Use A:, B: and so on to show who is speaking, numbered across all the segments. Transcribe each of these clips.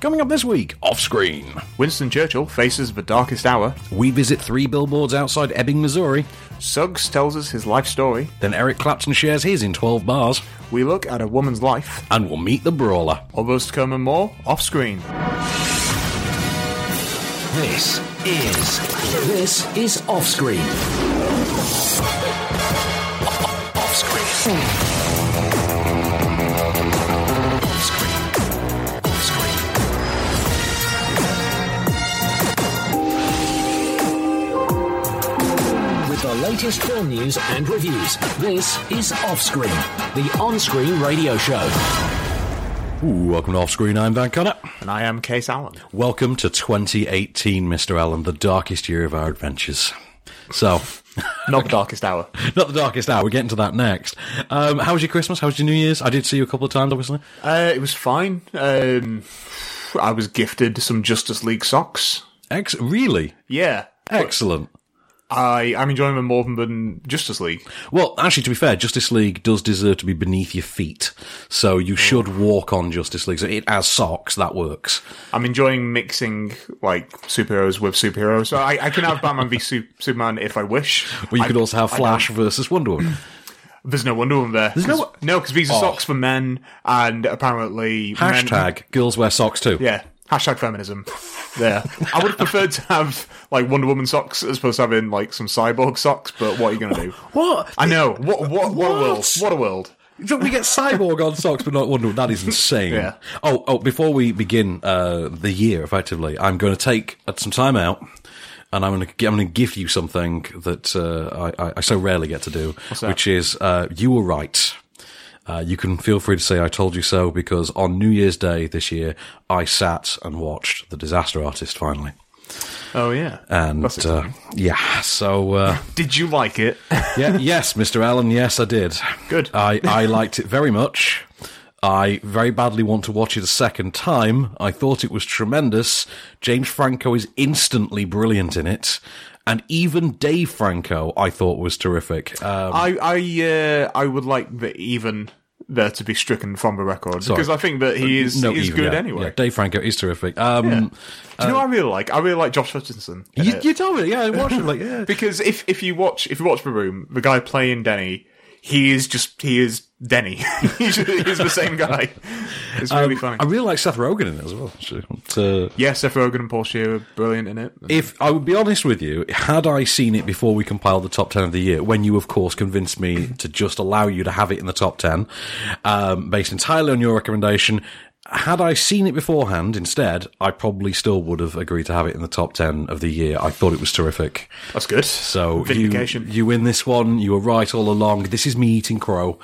A: Coming up this week, off screen,
B: Winston Churchill faces the darkest hour.
A: we visit three billboards outside Ebbing, Missouri.
B: Suggs tells us his life story.
A: Then Eric Clapton shares his in 12 bars,
B: We look at a woman's life.
A: and we'll meet the brawler.
B: All those to come and more off screen.
C: This is this is off screen. Off screen. Off screen. Off screen. With the latest film news and reviews, this is Off Screen, the on screen radio show.
A: Ooh, welcome to Off Screen, I'm Van Connor.
B: And I am Case Allen.
A: Welcome to 2018, Mr. Allen, the darkest year of our adventures. So,
B: Not the darkest hour.
A: not the darkest hour, we're getting to that next. Um, how was your Christmas? How was your New Year's? I did see you a couple of times, obviously.
B: Uh, it was fine. Um, I was gifted some Justice League socks.
A: Ex- really?
B: Yeah.
A: Excellent.
B: I, I'm enjoying them more than Justice League.
A: Well, actually, to be fair, Justice League does deserve to be beneath your feet, so
B: Oh.
A: you should walk on Justice League. So it as socks that works.
B: I'm enjoying mixing like superheroes with superheroes. So I, I can have Batman v Su- Superman if I wish.
A: But you
B: I-
A: could also have
B: I
A: Flash versus Wonder Woman.
B: There's no Wonder Woman there. There's
A: no-
B: no because these are
A: Oh.
B: socks for men, and apparently men-
A: Hashtag girls wear socks too.
B: yeah, hashtag feminism. There, I would have preferred to have like Wonder Woman socks as opposed to having like some cyborg socks. But what are you going to do?
A: What?
B: I know. What? What? What, a world?
A: What?
B: What a world.
A: So we get Cyborg on socks, but not Wonder Woman. That is insane.
B: Yeah.
A: Oh, oh! Before we begin uh, the year, effectively, I'm going to take uh, some time out, and I'm going to I'm going to give you something that uh, I, I, I so rarely get to do, which is uh, you were right. Uh, you can feel free to say "I told you so" because on New Year's Day this year, I sat and watched The Disaster Artist finally,
B: Oh yeah.
A: and
B: That's
A: uh, um, yeah, so. Uh,
B: Did you like it?
A: yeah, yes, Mr. Allen. Yes, I did.
B: Good.
A: I, I liked it very much. I very badly want to watch it a second time. I thought it was tremendous. James Franco is instantly brilliant in it. And even Dave Franco, I thought was terrific. Um,
B: I I uh, I would like the even there to be stricken from the record because I think that he is
A: Uh, no,
B: he's
A: even,
B: good
A: yeah,
B: anyway.
A: Yeah, Dave Franco is terrific. Um,
B: Do you know what I really like? I really like Josh Hutcherson. in
A: you,
B: it.
A: you told me, yeah, I watched it. Like, yeah.
B: because if if you watch if you watch the room, the guy playing Denny, he is just he is Denny. he's, he's the same guy. It's really funny.
A: I really like Seth Rogen in it as well. actually. But, uh,
B: yeah, Seth Rogen and Paul Shearer, brilliant in it.
A: If I would be honest with you, had I seen it before we compiled the top 10 of the year, when you, of course, convinced me to just allow you to have it in the top 10, um, based entirely on your recommendation, had I seen it beforehand instead, I probably still would have agreed to have it in the top 10 of the year. I thought it was terrific.
B: That's good.
A: So you,
B: Vindication.
A: you win this one. You were right all along. This is me eating crow.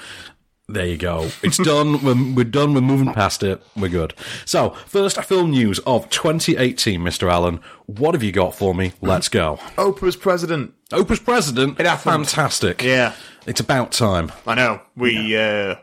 A: There you go. It's done. We're, we're done. We're moving past it. We're good. So, first film news of 2018, Mr. Allen. What have you got for me? Let's go.
B: Oprah's president.
A: Oprah's president.
B: It happened.
A: Fantastic.
B: Yeah,
A: It's about time.
B: I know. We uh,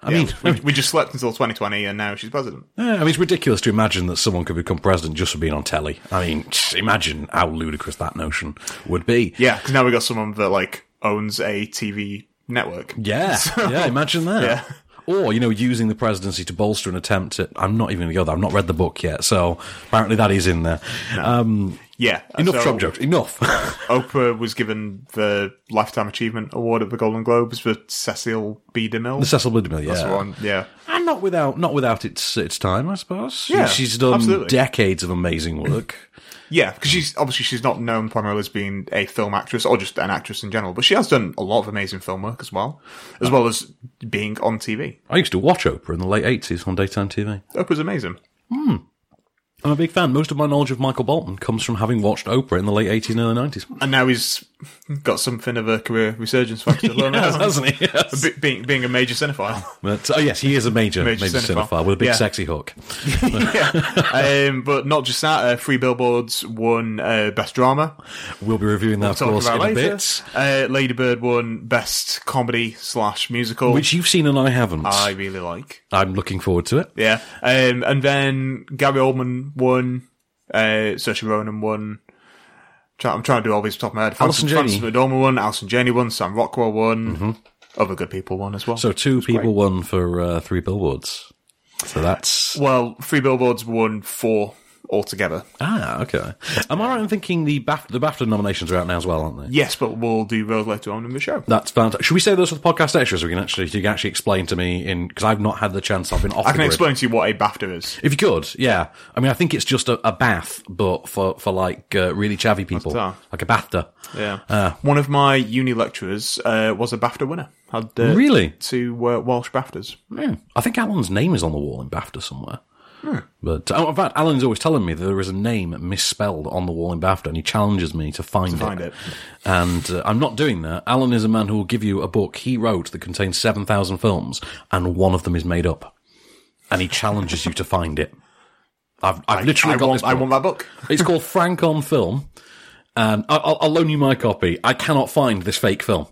B: I
A: mean-
B: we, we just slept until 2020, and now she's president.
A: Yeah, I mean, it's ridiculous to imagine that someone could become president just for being on telly. I mean, imagine how ludicrous that notion would be.
B: Yeah, because now we got someone that like owns a TV network.
A: Yeah, yeah. Imagine that.
B: Yeah.
A: Or you know, using the presidency to bolster an attempt at. I'm not even going to go there. I've not read the book yet, so apparently that is in there. Um,
B: Yeah,
A: enough
B: so-
A: Trump jokes. Enough.
B: Oprah was given the Lifetime Achievement Award at the Golden Globes for Cecil B. DeMille.
A: Cecil B. DeMille. Yeah.
B: That's the one, yeah.
A: And not without not without its its time, I suppose.
B: Yeah,
A: she's done
B: absolutely.
A: decades of amazing work.
B: Yeah, because she's obviously she's not known primarily as being a film actress or just an actress in general, but she has done a lot of amazing film work as well, as well as being on TV.
A: I used to watch Oprah in the late eighties on daytime TV.
B: Oprah's amazing.
A: I'm a big fan. Most of my knowledge of Michael Bolton comes from having watched Oprah in the late eighties and early nineties.
B: And now he's got something of a career resurgence factor.
A: Hasn't he? Yes.
B: Be- being, being a major cinephile.
A: But, oh yes, he is a major major,
B: Major
A: cinephile.
B: cinephile.
A: with a big
B: Yeah.
A: sexy hook.
B: yeah. um, but not just that, uh, Free Billboards won uh, Best Drama.
A: We'll be reviewing that, of
B: Talk
A: course, in
B: about
A: a
B: later.
A: bit.
B: Uh, Lady Bird won Best Comedy slash Musical,
A: which you've seen and I haven't.
B: I really like.
A: I'm looking forward to it.
B: Yeah. Um, and then Gary Oldman won, uh, Saoirse Ronan won. Try- I'm trying to do all these off the top of my head. Francis-
A: Alison Mm-hmm. Janney.
B: Francis McDormand won, Alison Janney won, Sam Rockwell won. Other good people won as well.
A: So two people won for uh, three billboards. So that's
B: Well, Three Billboards won four altogether.
A: ah okay. Am I right in thinking the BAF- the BAFTA nominations are out now as well, aren't they?
B: Yes, but we'll do those later on in the show.
A: That's fantastic. Should we say those for the podcast extras? We can actually you can actually explain to me in because I've not had the chance. I've been off.
B: I
A: the
B: can
A: grid.
B: explain to you what a BAFTA is.
A: If you could, yeah. I mean, I think it's just a, a bath, but for for like uh, really chavvy people,
B: What's that?
A: like a BAFTA.
B: Yeah.
A: Ah.
B: One of my uni lecturers uh, was a BAFTA winner. Had uh,
A: Really?
B: two uh, Welsh BAFTAs.
A: Hmm. I think Alan's name is on the wall in BAFTA somewhere.
B: Hmm.
A: But oh, in fact, Alan's always telling me that there is a name misspelled on the wall in BAFTA, and he challenges me to find,
B: find it.
A: And uh, I'm not doing that. Alan is a man who will give you a book he wrote that contains seven thousand films, and one of them is made up, and he challenges you to find it. I've, I've literally
B: I
A: got
B: want,
A: this.
B: I
A: book.
B: want that book.
A: It's called Frank on Film, and I- I'll, I'll loan you my copy. I cannot find this fake film.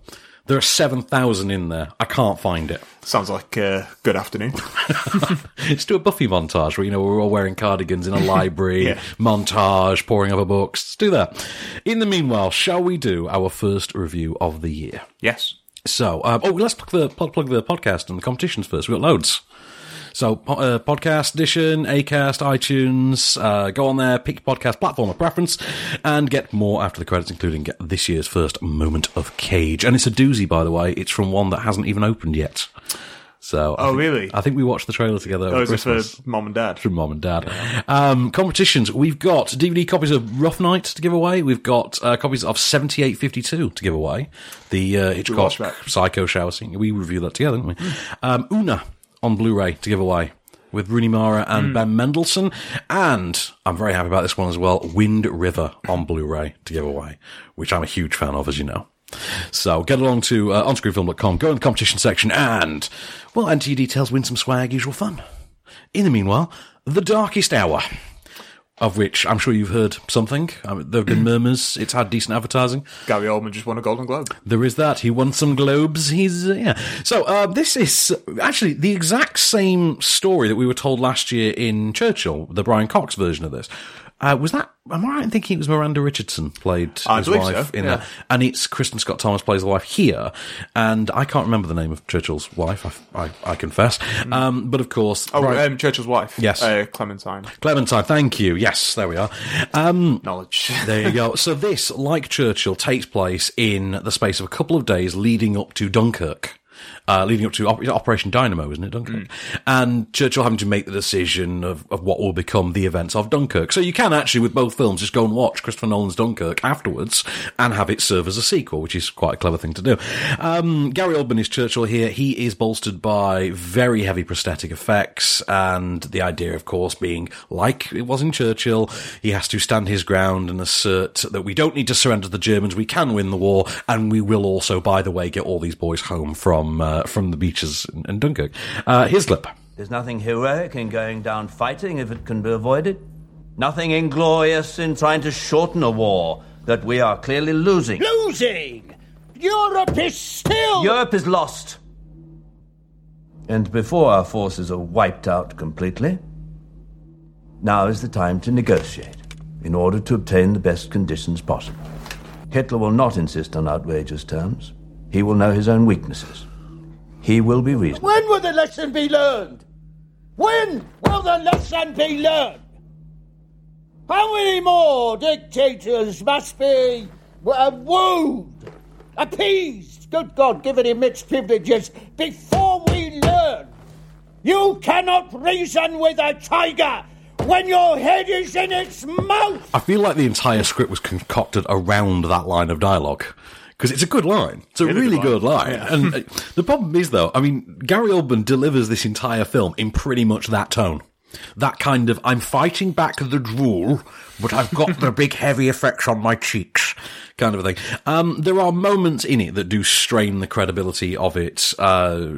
A: There are seven thousand in there. I can't find it.
B: Sounds like uh, good afternoon.
A: Let's do a Buffy montage where you know we're all wearing cardigans in a library
B: Yeah.
A: montage, pouring over books. Let's do that. In the meanwhile, shall we do our first review of the year?
B: yes.
A: So, uh, oh, let's plug the plug, plug the podcast and the competitions first. We've got loads. So, po- uh, podcast edition, Acast, iTunes. Uh, go on there, pick your podcast platform of preference, and get more after the credits, including this year's first moment of Cage. And it's a doozy, by the way. It's from one that hasn't even opened yet. So, I
B: Oh,
A: think-
B: really?
A: I think we watched the trailer together. over
B: Those are for
A: Christmas
B: mom and dad.
A: from mom and dad. Um, competitions. We've got DVD copies of Rough Night to give away. We've got uh, copies of 7852 to give away. The uh, Hitchcock
B: watch that?
A: Psycho Shower scene. We reviewed that together, didn't we? Um, Una on Blu-ray to give away with Rooney Mara
B: Mm.
A: and Ben Mendelsohn. And I'm very happy about this one as well. Wind River on Blu-ray to give away, which I'm a huge fan of, as you know. So get along to uh, onscreenfilm.com, go in the competition section, and, well, enter your details, win some swag, usual fun. In the meanwhile, The Darkest Hour, of which I'm sure you've heard something. I mean, there have been murmurs. It's had decent advertising.
B: Gary Oldman just won a Golden Globe.
A: There is that. He won some globes. He's uh, yeah. So uh, this is actually the exact same story that we were told last year in Churchill, the Brian Cox version of this. Uh, was that? Am I right in thinking it was Miranda Richardson played
B: I
A: his
B: believe
A: wife
B: so,
A: in
B: yeah.
A: that? And it's Kristen Scott Thomas plays the wife here, and I can't remember the name of Churchill's wife. I, I, I confess, um, but of course,
B: Mm. Oh,
A: Brian-
B: um, Churchill's wife.
A: Yes.
B: Uh, Clementine.
A: Clementine. Thank you. Yes, there we are.
B: Knowledge.
A: There you go. So this, like Churchill, takes place in the space of a couple of days leading up to Dunkirk. Uh, leading up to Op- Operation Dynamo, isn't it, Dunkirk? And Churchill having to make the decision of, of what will become the events of Dunkirk. So you can actually, with both films, just go and watch Christopher Nolan's Dunkirk afterwards and have it serve as a sequel, which is quite a clever thing to do. Um, Gary Oldman is Churchill here. He is bolstered by very heavy prosthetic effects and the idea, of course, being like it was in Churchill, he has to stand his ground and assert that we don't need to surrender to the Germans. We can win the war, and we will also, by the way, get all these boys home from uh, from the beaches in, in Dunkirk. Uh, here's a clip.
D: There's nothing heroic in going down fighting if it can be avoided. Nothing inglorious in trying to shorten a war that we are clearly losing.
E: losing. Europe is still.
D: Europe is lost. And before our forces are wiped out completely, now is the time to negotiate in order to obtain the best conditions possible. Hitler will not insist on outrageous terms. He will know his own weaknesses. He will be reasonable.
E: when will the lesson be learned? When will the lesson be learned? How many more dictators must be uh, wooed, appeased, good God, given immense privileges before we learn? You cannot reason with a tiger when your head is in its mouth.
A: I feel like the entire script was concocted around that line of dialogue. Because it's a good line. It's a
B: It is a
A: really good
B: good
A: line. And uh, the problem is, though, I mean, Gary Oldman delivers this entire film in pretty much that tone. That kind of, I'm fighting back the drool, but I've got the big heavy effects on my cheeks kind of a thing. Um, there are moments in it that do strain the credibility of it. Uh,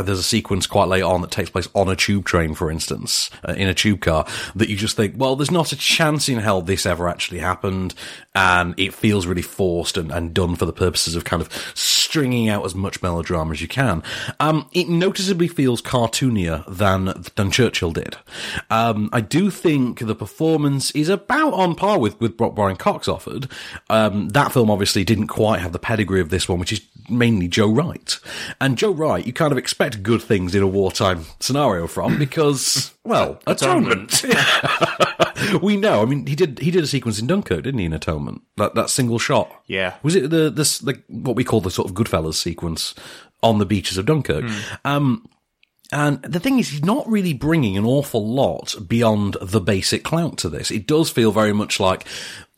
A: there's a sequence quite late on that takes place on a tube train, for instance, uh, in a tube car, that you just think, well, there's not a chance in hell this ever actually happened. And it feels really forced and, and done for the purposes of kind of stringing out as much melodrama as you can. Um, it noticeably feels cartoonier than, than Churchill did. Um, I do think the performance is about on par with, with what Brian Cox offered. Um, that film obviously didn't quite have the pedigree of this one, which is mainly Joe Wright. And Joe Wright, you kind of expect good things in a wartime scenario from because, well, Atonement. we know. I mean, he did he did a sequence in Dunkirk, didn't he? In Atonement, that that single shot.
B: Yeah.
A: Was it the this the what we call the sort of Goodfellas sequence on the beaches of Dunkirk? Um, and the thing is, he's not really bringing an awful lot beyond the basic clout to this. It does feel very much like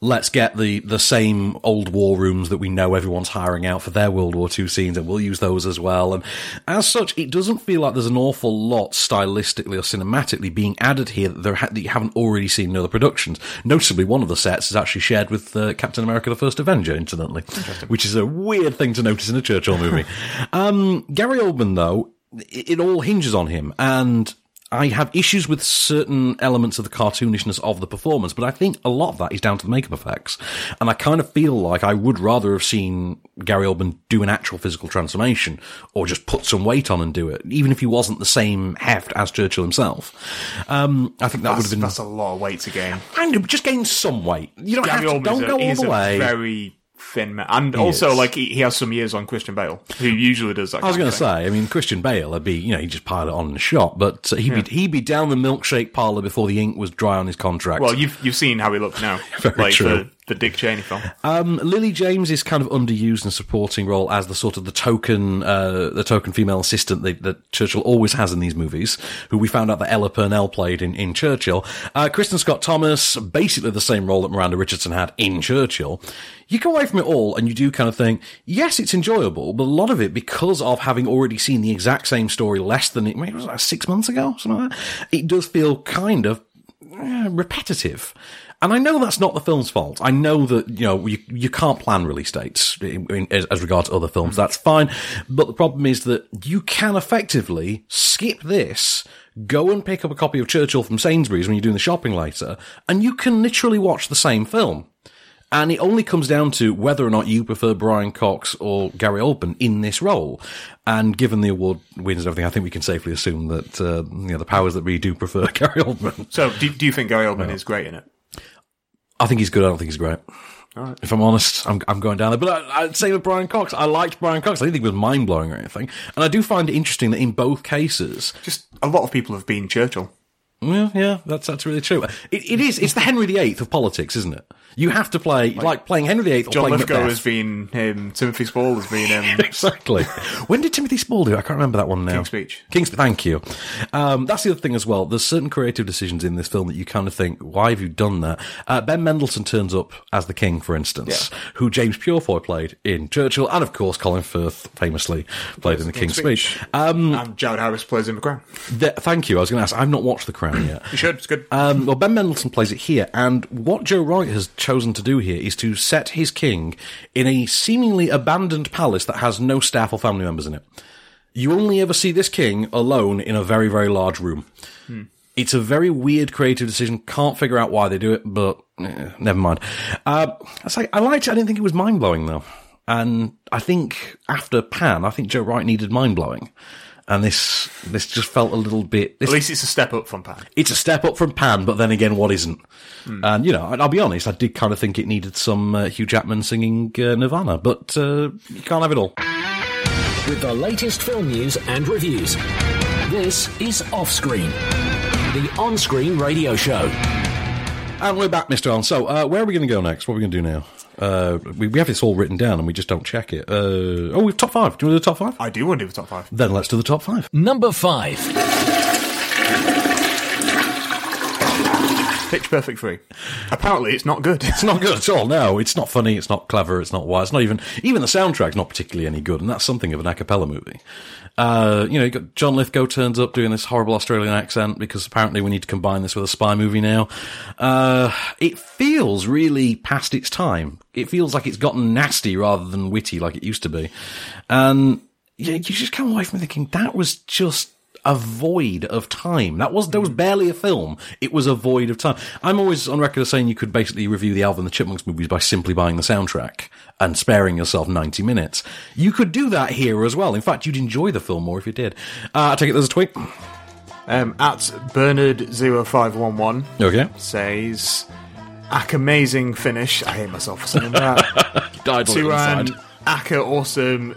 A: let's get the, the same old war rooms that we know everyone's hiring out for their World War II scenes, and we'll use those as well. And as such, it doesn't feel like there's an awful lot stylistically or cinematically being added here that, there ha- that you haven't already seen in other productions. Notably, one of the sets is actually shared with uh, Captain America: The First Avenger, incidentally, which is a weird thing to notice in a Churchill movie. um, Gary Oldman, though it it all hinges on him and I have issues with certain elements of the cartoonishness of the performance, but I think a lot of that is down to the makeup effects. And I kind of feel like I would rather have seen Gary Oldman do an actual physical transformation or just put some weight on and do it, even if he wasn't the same heft as Churchill himself. Um, I think that would
B: That's,
A: have been.
B: that's a lot of weight to gain.
A: I know, but just gain some weight. You don't
B: Gary
A: have to,
B: Oldman
A: don't
B: is a-
A: go all
B: is
A: the
B: a
A: way.
B: Very thin man, and also
A: is.
B: like he, he has some years on Christian Bale, who usually does that.
A: I was
B: kind
A: going
B: of
A: to
B: thing.
A: say, I mean, Christian Bale, I'd be, you know, he'd just pile it on and shot, but uh, he'd be he'd be down the milkshake parlor before the ink was dry on his contract.
B: Well, you've you've seen how he looked now,
A: Very
B: like
A: true.
B: the the Dick Cheney film.
A: Um, Lily James is kind of underused in a supporting role as the sort of the token, uh, the token female assistant that, that Churchill always has in these movies, who we found out that Ella Purnell played in, in Churchill. Uh, Kristen Scott Thomas, basically the same role that Miranda Richardson had in Churchill. You go away from it all and you do kind of think, yes, it's enjoyable, but a lot of it, because of having already seen the exact same story less than it, maybe it was like six months ago, something like that, it does feel kind of eh, repetitive. And I know that's not the film's fault. I know that you know you you can't plan release dates in, in, as, as regards to other films. That's fine, but the problem is that you can effectively skip this, go and pick up a copy of Churchill from Sainsbury's when you're doing the shopping later, and you can literally watch the same film. And it only comes down to whether or not you prefer Brian Cox or Gary Oldman in this role. And given the award wins and everything, I think we can safely assume that uh, you know the powers that be do prefer Gary Oldman.
B: So, do, do you think Gary Oldman is great in it?
A: I think he's good. I don't think he's great. If I'm honest, I'm, I'm going down there. But I, I'd say with Brian Cox, I liked Brian Cox. I didn't think it was mind blowing or anything. And I do find it interesting that in both cases,
B: Just a lot of people have been Churchill.
A: yeah, yeah, that's that's really true. It, it is. It's the Henry VIII of politics, isn't it? You have to play like, playing Henry VIII or
B: John
A: playing
B: Lithgow
A: Macbeth.
B: has been him. Timothy Spall has been him.
A: Exactly. When did Timothy Spall do? it? I can't remember that one now.
B: King's Speech.
A: King's. Thank you. Um, that's the other thing as well. There's certain creative decisions in this film that you kind of think, why have you done that? Uh, ben Mendelsohn turns up as the king, for instance, who James Purefoy played in Churchill, and of course Colin Firth famously played in the King's Speech.
B: and Jared Harris plays him a crown.
A: Th- thank you. I was going to ask. I've not watched The Crown yet.
B: You should. It's good.
A: Um, well, Ben Mendelsohn plays it here, and what Joe Wright has chosen to do here is to set his king in a seemingly abandoned palace that has no staff or family members in it. You only ever see this king alone in a very, very large room. It's a very weird creative decision. Can't figure out why they do it, but eh, never mind. Uh, I say I liked it. I didn't think it was mind blowing though, and I think after Pan, I think Joe Wright needed mind blowing, and this this just felt a little bit. This
B: At least it's a step up from Pan.
A: it's a step up from Pan, but then again, what isn't? And you know, I- I'll be honest, I did kind of think it needed some uh, Hugh Jackman singing uh, Nirvana, but uh, you can't have it all.
C: with the latest film news and reviews. This is Offscreen, the on screen radio show.
A: And we're back, Mister Allen. So, uh, where are we going to go next? What are we going to do now? Uh, we, we have this all written down, and we just don't check it. Uh, oh, we've top five. Do you want to do the top five?
B: I do want to do the top five.
A: Then let's do the top five.
C: Number five.
B: Pitch Perfect three. Apparently, it's not good.
A: It's not good at all. No, it's not funny. It's not clever. It's not wise. It's not even even the soundtrack's not particularly any good, and that's something of an a cappella movie. Uh, you know, you got John Lithgow turns up doing this horrible Australian accent because apparently we need to combine this with a spy movie now. Uh, it feels really past its time. It feels like it's gotten nasty rather than witty like it used to be, and yeah, you just come away from thinking that was just a void of time. That was there was barely a film. It was a void of time. I'm always on record as saying you could basically review the Alvin and the Chipmunks movies by simply buying the soundtrack and sparing yourself 90 minutes. You could do that here as well. In fact, you'd enjoy the film more if you did. Uh, I take it there's a tweet.
B: Um, at Bernard 0511
A: Okay,
B: says, "Ack amazing finish." I hate myself for saying that.
A: died
B: to an Acker awesome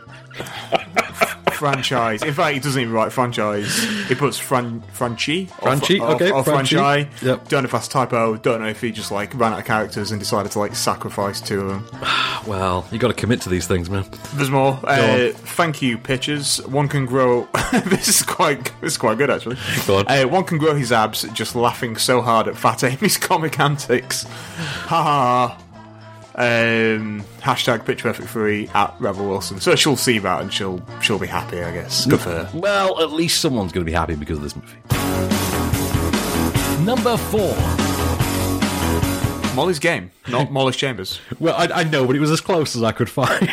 B: franchise. In fact, he doesn't even write franchise. He puts fran franchi, or fr-
A: Franchi,
B: or,
A: okay,
B: or
A: franchi.
B: franchi.
A: Yep.
B: Don't know if that's typo. Don't know if he just like ran out of characters and decided to like sacrifice two of them.
A: Well, you got to commit to these things, man.
B: There's more. Uh, thank you, pitchers. One can grow. this is quite. This is quite good, actually.
A: Go on.
B: Uh, one can grow his abs just laughing so hard at Fat Amy's comic antics. Ha ha. Um, hashtag pitch perfect three at Rebel Wilson. So she'll see that and she'll she'll be happy, I guess. Good for her.
A: Well, at least someone's going to be happy because of this movie.
C: Number four.
B: Molly's game, not Molly's chambers.
A: Well, I, I know, but it was as close as I could find.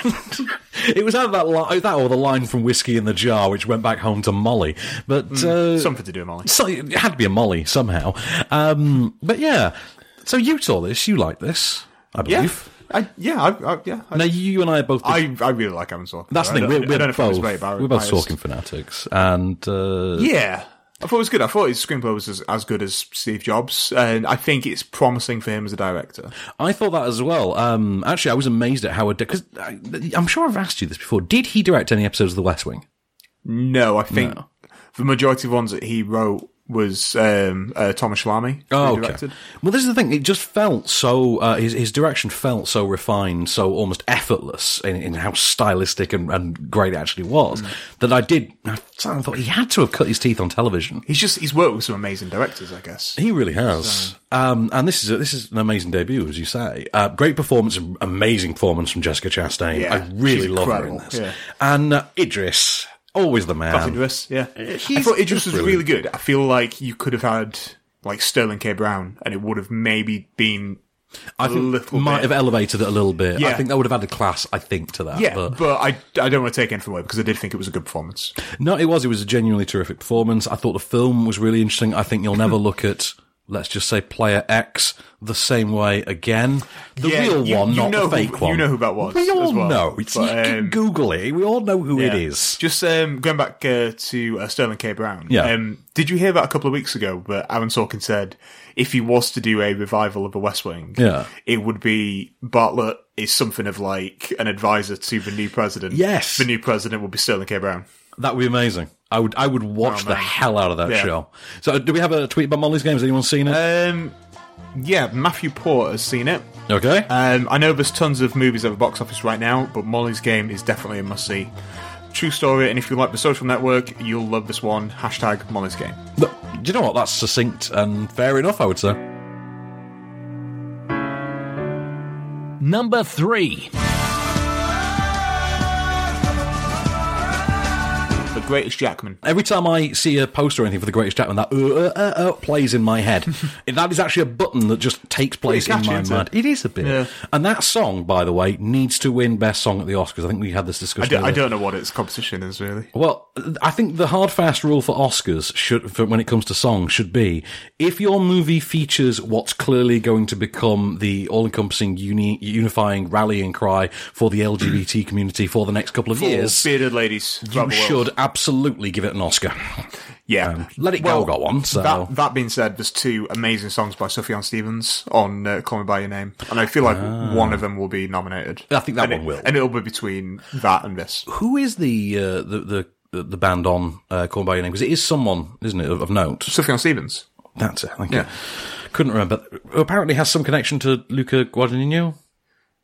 A: it was either that li- that or the line from Whiskey in the Jar, which went back home to Molly. But
B: Hmm.
A: uh,
B: Something to do, Molly.
A: so it had to be a Molly somehow. Um, but yeah, so you saw this, you liked this, I
B: Yeah,
A: believe.
B: I, yeah, I, I, yeah. I,
A: Now you and I are both.
B: I, I really like Alan Sorkin.
A: that's the thing.
B: I don't-
A: We're,
B: I don't know
A: we're
B: if I was
A: both
B: very bi-
A: we're both
B: biased.
A: Sorkin fanatics, and uh,
B: Yeah. I thought it was good. I thought his screenplay was as, as good as Steve Jobs, and I think it's promising for him as a director.
A: I thought that as well. Um, actually, I was amazed at how because I'm sure I've asked you this before. Did he direct any episodes of The West Wing?
B: No, I think the majority of ones that he wrote was um, uh, Thomas Shalami.
A: Oh,
B: who directed.
A: Well, this is the thing. It just felt so. Uh, his his direction felt so refined, so almost effortless in, in how stylistic and, and great it actually was.
B: Mm.
A: That I did. I thought he had to have cut his teeth on television.
B: He's just he's worked with some amazing directors, I guess.
A: He really has. Um, and this is a, this is an amazing debut, as you say. Uh, great performance, amazing performance from Jessica Chastain.
B: Yeah,
A: I really
B: she's
A: love her in
B: incredible,
A: this.
B: yeah.
A: And uh, Idris, always the man.
B: Idris, yeah. I
A: he's-
B: thought Idris
A: he's
B: was really good. I feel like you could have had like Sterling K. Brown, and it would have maybe been
A: I
B: a
A: think
B: little
A: might
B: bit.
A: have elevated it a little bit. I
B: Yeah.
A: think that would have added class. I think to that.
B: yeah,
A: but-
B: but, I, I don't want to take anything away because I did think it was a good performance.
A: No, it was. It was a genuinely terrific performance. I thought the film was really interesting. I think you'll never look at, let's just say, player X the same way again. The
B: Yeah,
A: real
B: you-
A: one,
B: you
A: not
B: know
A: the fake
B: who-
A: one.
B: you know who that was
A: We all
B: as well.
A: know. It's,
B: But,
A: you can
B: um,
A: Google it. We all know who it
B: Yeah.
A: is.
B: Just um, going back uh, to uh, Sterling K. Brown.
A: Yeah.
B: Um, did you hear that a couple of weeks ago? But Aaron Sorkin said if he was to do a revival of The West Wing,
A: Yeah.
B: it would be Bartlett is something of like an advisor to the new president.
A: Yes.
B: the new president would be Sterling K. Brown.
A: That would be amazing. I would, I would watch the
B: Oh, man.
A: hell out of that
B: Yeah.
A: show. So, uh, do we have a tweet about Molly's game? Has anyone seen it?
B: Um, yeah, Matthew Port has seen it.
A: okay.
B: Um, I know there's tons of movies at the box office right now, but Molly's Game is definitely a must see. True story, and if you like the social network, you'll love this one. Hashtag Molly's Game.
A: Look, do you know what? That's succinct and fair enough. I would say.
C: Number three.
B: The Greatest Jackman.
A: Every time I see a poster or anything for The Greatest Jackman, that uh, uh, uh, uh, plays in my head. And that is actually a button that just takes place in
B: catchy,
A: my
B: isn't it?
A: mind. It is a bit.
B: Yeah.
A: And that song, by the way, needs to win Best Song at the Oscars. I think we had this
B: I
A: discussion.
B: don't, I
A: earlier.
B: don't know what its composition is really.
A: Well, I think the hard fast rule for Oscars should, for when it comes to songs, should be if your movie features what's clearly going to become the all-encompassing, uni- unifying rallying cry for the LGBT community for the next couple of years,
B: bearded ladies.
A: you should absolutely give it an Oscar.
B: Yeah,
A: Let It Go got one, so-
B: that, that being said, there's two amazing songs by Sufjan Stevens on uh, "Call Me by Your Name," and I feel like one of them will be nominated.
A: Ah. I think that
B: And
A: one
B: it-
A: will.
B: and it'll be between that and this.
A: Who is the uh, the the the band on uh, Call Me by Your Name? Because it is someone, isn't it, of, of note.
B: Sufjan Stevens.
A: That's it. Thank you.
B: Yeah.
A: Couldn't remember. Who apparently has some connection to Luca Guadagnino,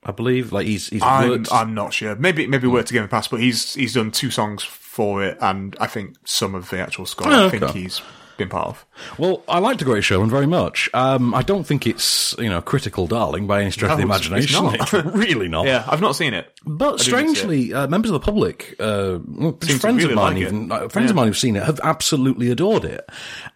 A: I believe. Like he's he's
B: I'm,
A: worked.
B: I'm not sure. Maybe maybe worked together in the past, but he's he's done two songs for it, and I think some of the actual score.
A: Oh,
B: I think
A: okay.
B: he's been part of.
A: well, I like the Great Showman very much. Um, I don't think it's you know critical, darling, by any stretch of the
B: No, it's- it's
A: imagination.
B: not.
A: really not.
B: Yeah, I've not seen it.
A: But
B: I didn't see
A: strangely, uh, members of the public, uh,
B: Seem to
A: friends
B: really
A: of mine,
B: like it.
A: even uh, friends of mine who've seen it, have absolutely adored it,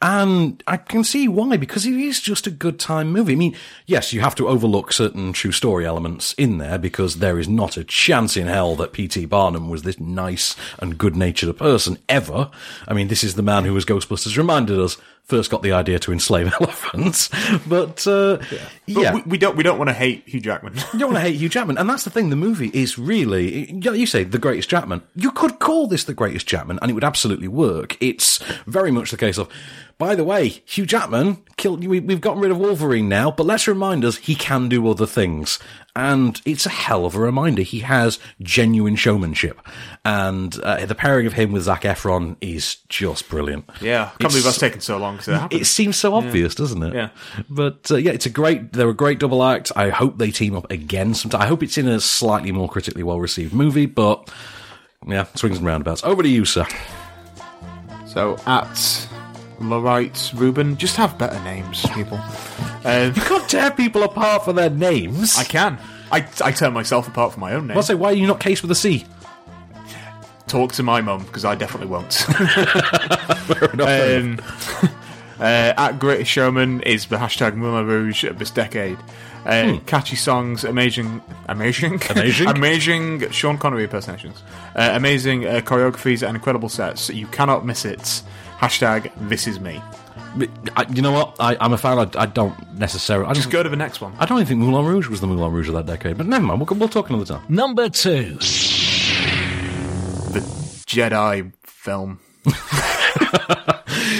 A: and I can see why because it is just a good time movie. I mean, yes, you have to overlook certain true story elements in there because there is not a chance in hell that P.T. Barnum was this nice and good-natured a person ever. I mean, this is the man who, as Ghostbusters reminded us, first got the idea to enslave elephants. But uh,
B: But
A: yeah.
B: we, we don't we don't want to hate Hugh Jackman.
A: you don't want to hate Hugh Jackman, and that's the thing. The movie is really, you know, you say the greatest Jackman. You could call this the greatest Jackman, and it would absolutely work. It's very much the case of, by the way, Hugh Jackman killed. We, we've gotten rid of Wolverine now, but let's remind us he can do other things, and it's a hell of a reminder. He has genuine showmanship, and uh, the pairing of him with Zac Efron is just brilliant.
B: yeah, can't
A: It's-
B: believe that's taken so long to happen.
A: it seems so obvious, doesn't it?
B: Yeah.
A: But uh, yeah, it's a great. They're a great double act. I hope they team up again sometime. I hope it's in a slightly more critically well received movie. But yeah, swings and roundabouts. Over to you, sir.
B: So at Lorites Ruben, just have better names, people. Um,
A: You can't tear people apart for their names.
B: I can. I, I turn myself apart from my own name.
A: I'll say, why are you not case with a C?
B: Talk to my mum because I definitely won't.
A: Fair enough.
B: um, uh, at Greatest Showman is the hashtag Moulin Rouge of this decade. Uh, Catchy songs, amazing, amazing,
A: Amazing?
B: amazing Sean Connery impersonations, uh, amazing uh, choreographies, and incredible sets. You cannot miss it. Hashtag This Is Me.
A: I, you know what? I, I'm a fan. I, I don't necessarily. I
B: Just
A: don't,
B: go to the next one.
A: I don't even think Moulin Rouge was the Moulin Rouge of that decade. But never mind. We'll, we'll talk another
B: Mm.
A: time.
C: Number two.
B: The Jedi film.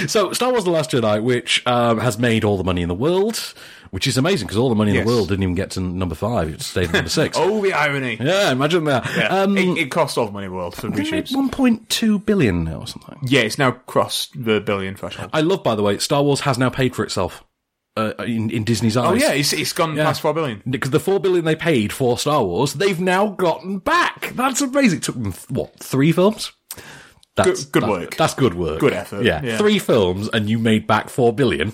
A: So, Star Wars: The Last Jedi, which um, has made all the money in the world, which is amazing because all the money in
B: Yes.
A: the world didn't even get to number five; it stayed at number six.
B: Oh, the irony.
A: Yeah, imagine that.
B: Yeah.
A: Um,
B: it, it cost all the money in the world for reshoots.
A: one point two billion now or something.
B: Yeah, it's now crossed the billion threshold.
A: I love, by the way, Star Wars has now paid for itself uh, in, in Disney's eyes.
B: oh yeah, it's, it's gone past four billion.
A: Because the four billion they paid for Star Wars, they've now gotten back. That's amazing. It took them th- what three films? That's
B: good
A: that-
B: work.
A: That's good work.
B: Good effort.
A: Yeah.
B: Yeah.
A: three films, and you made back four billion.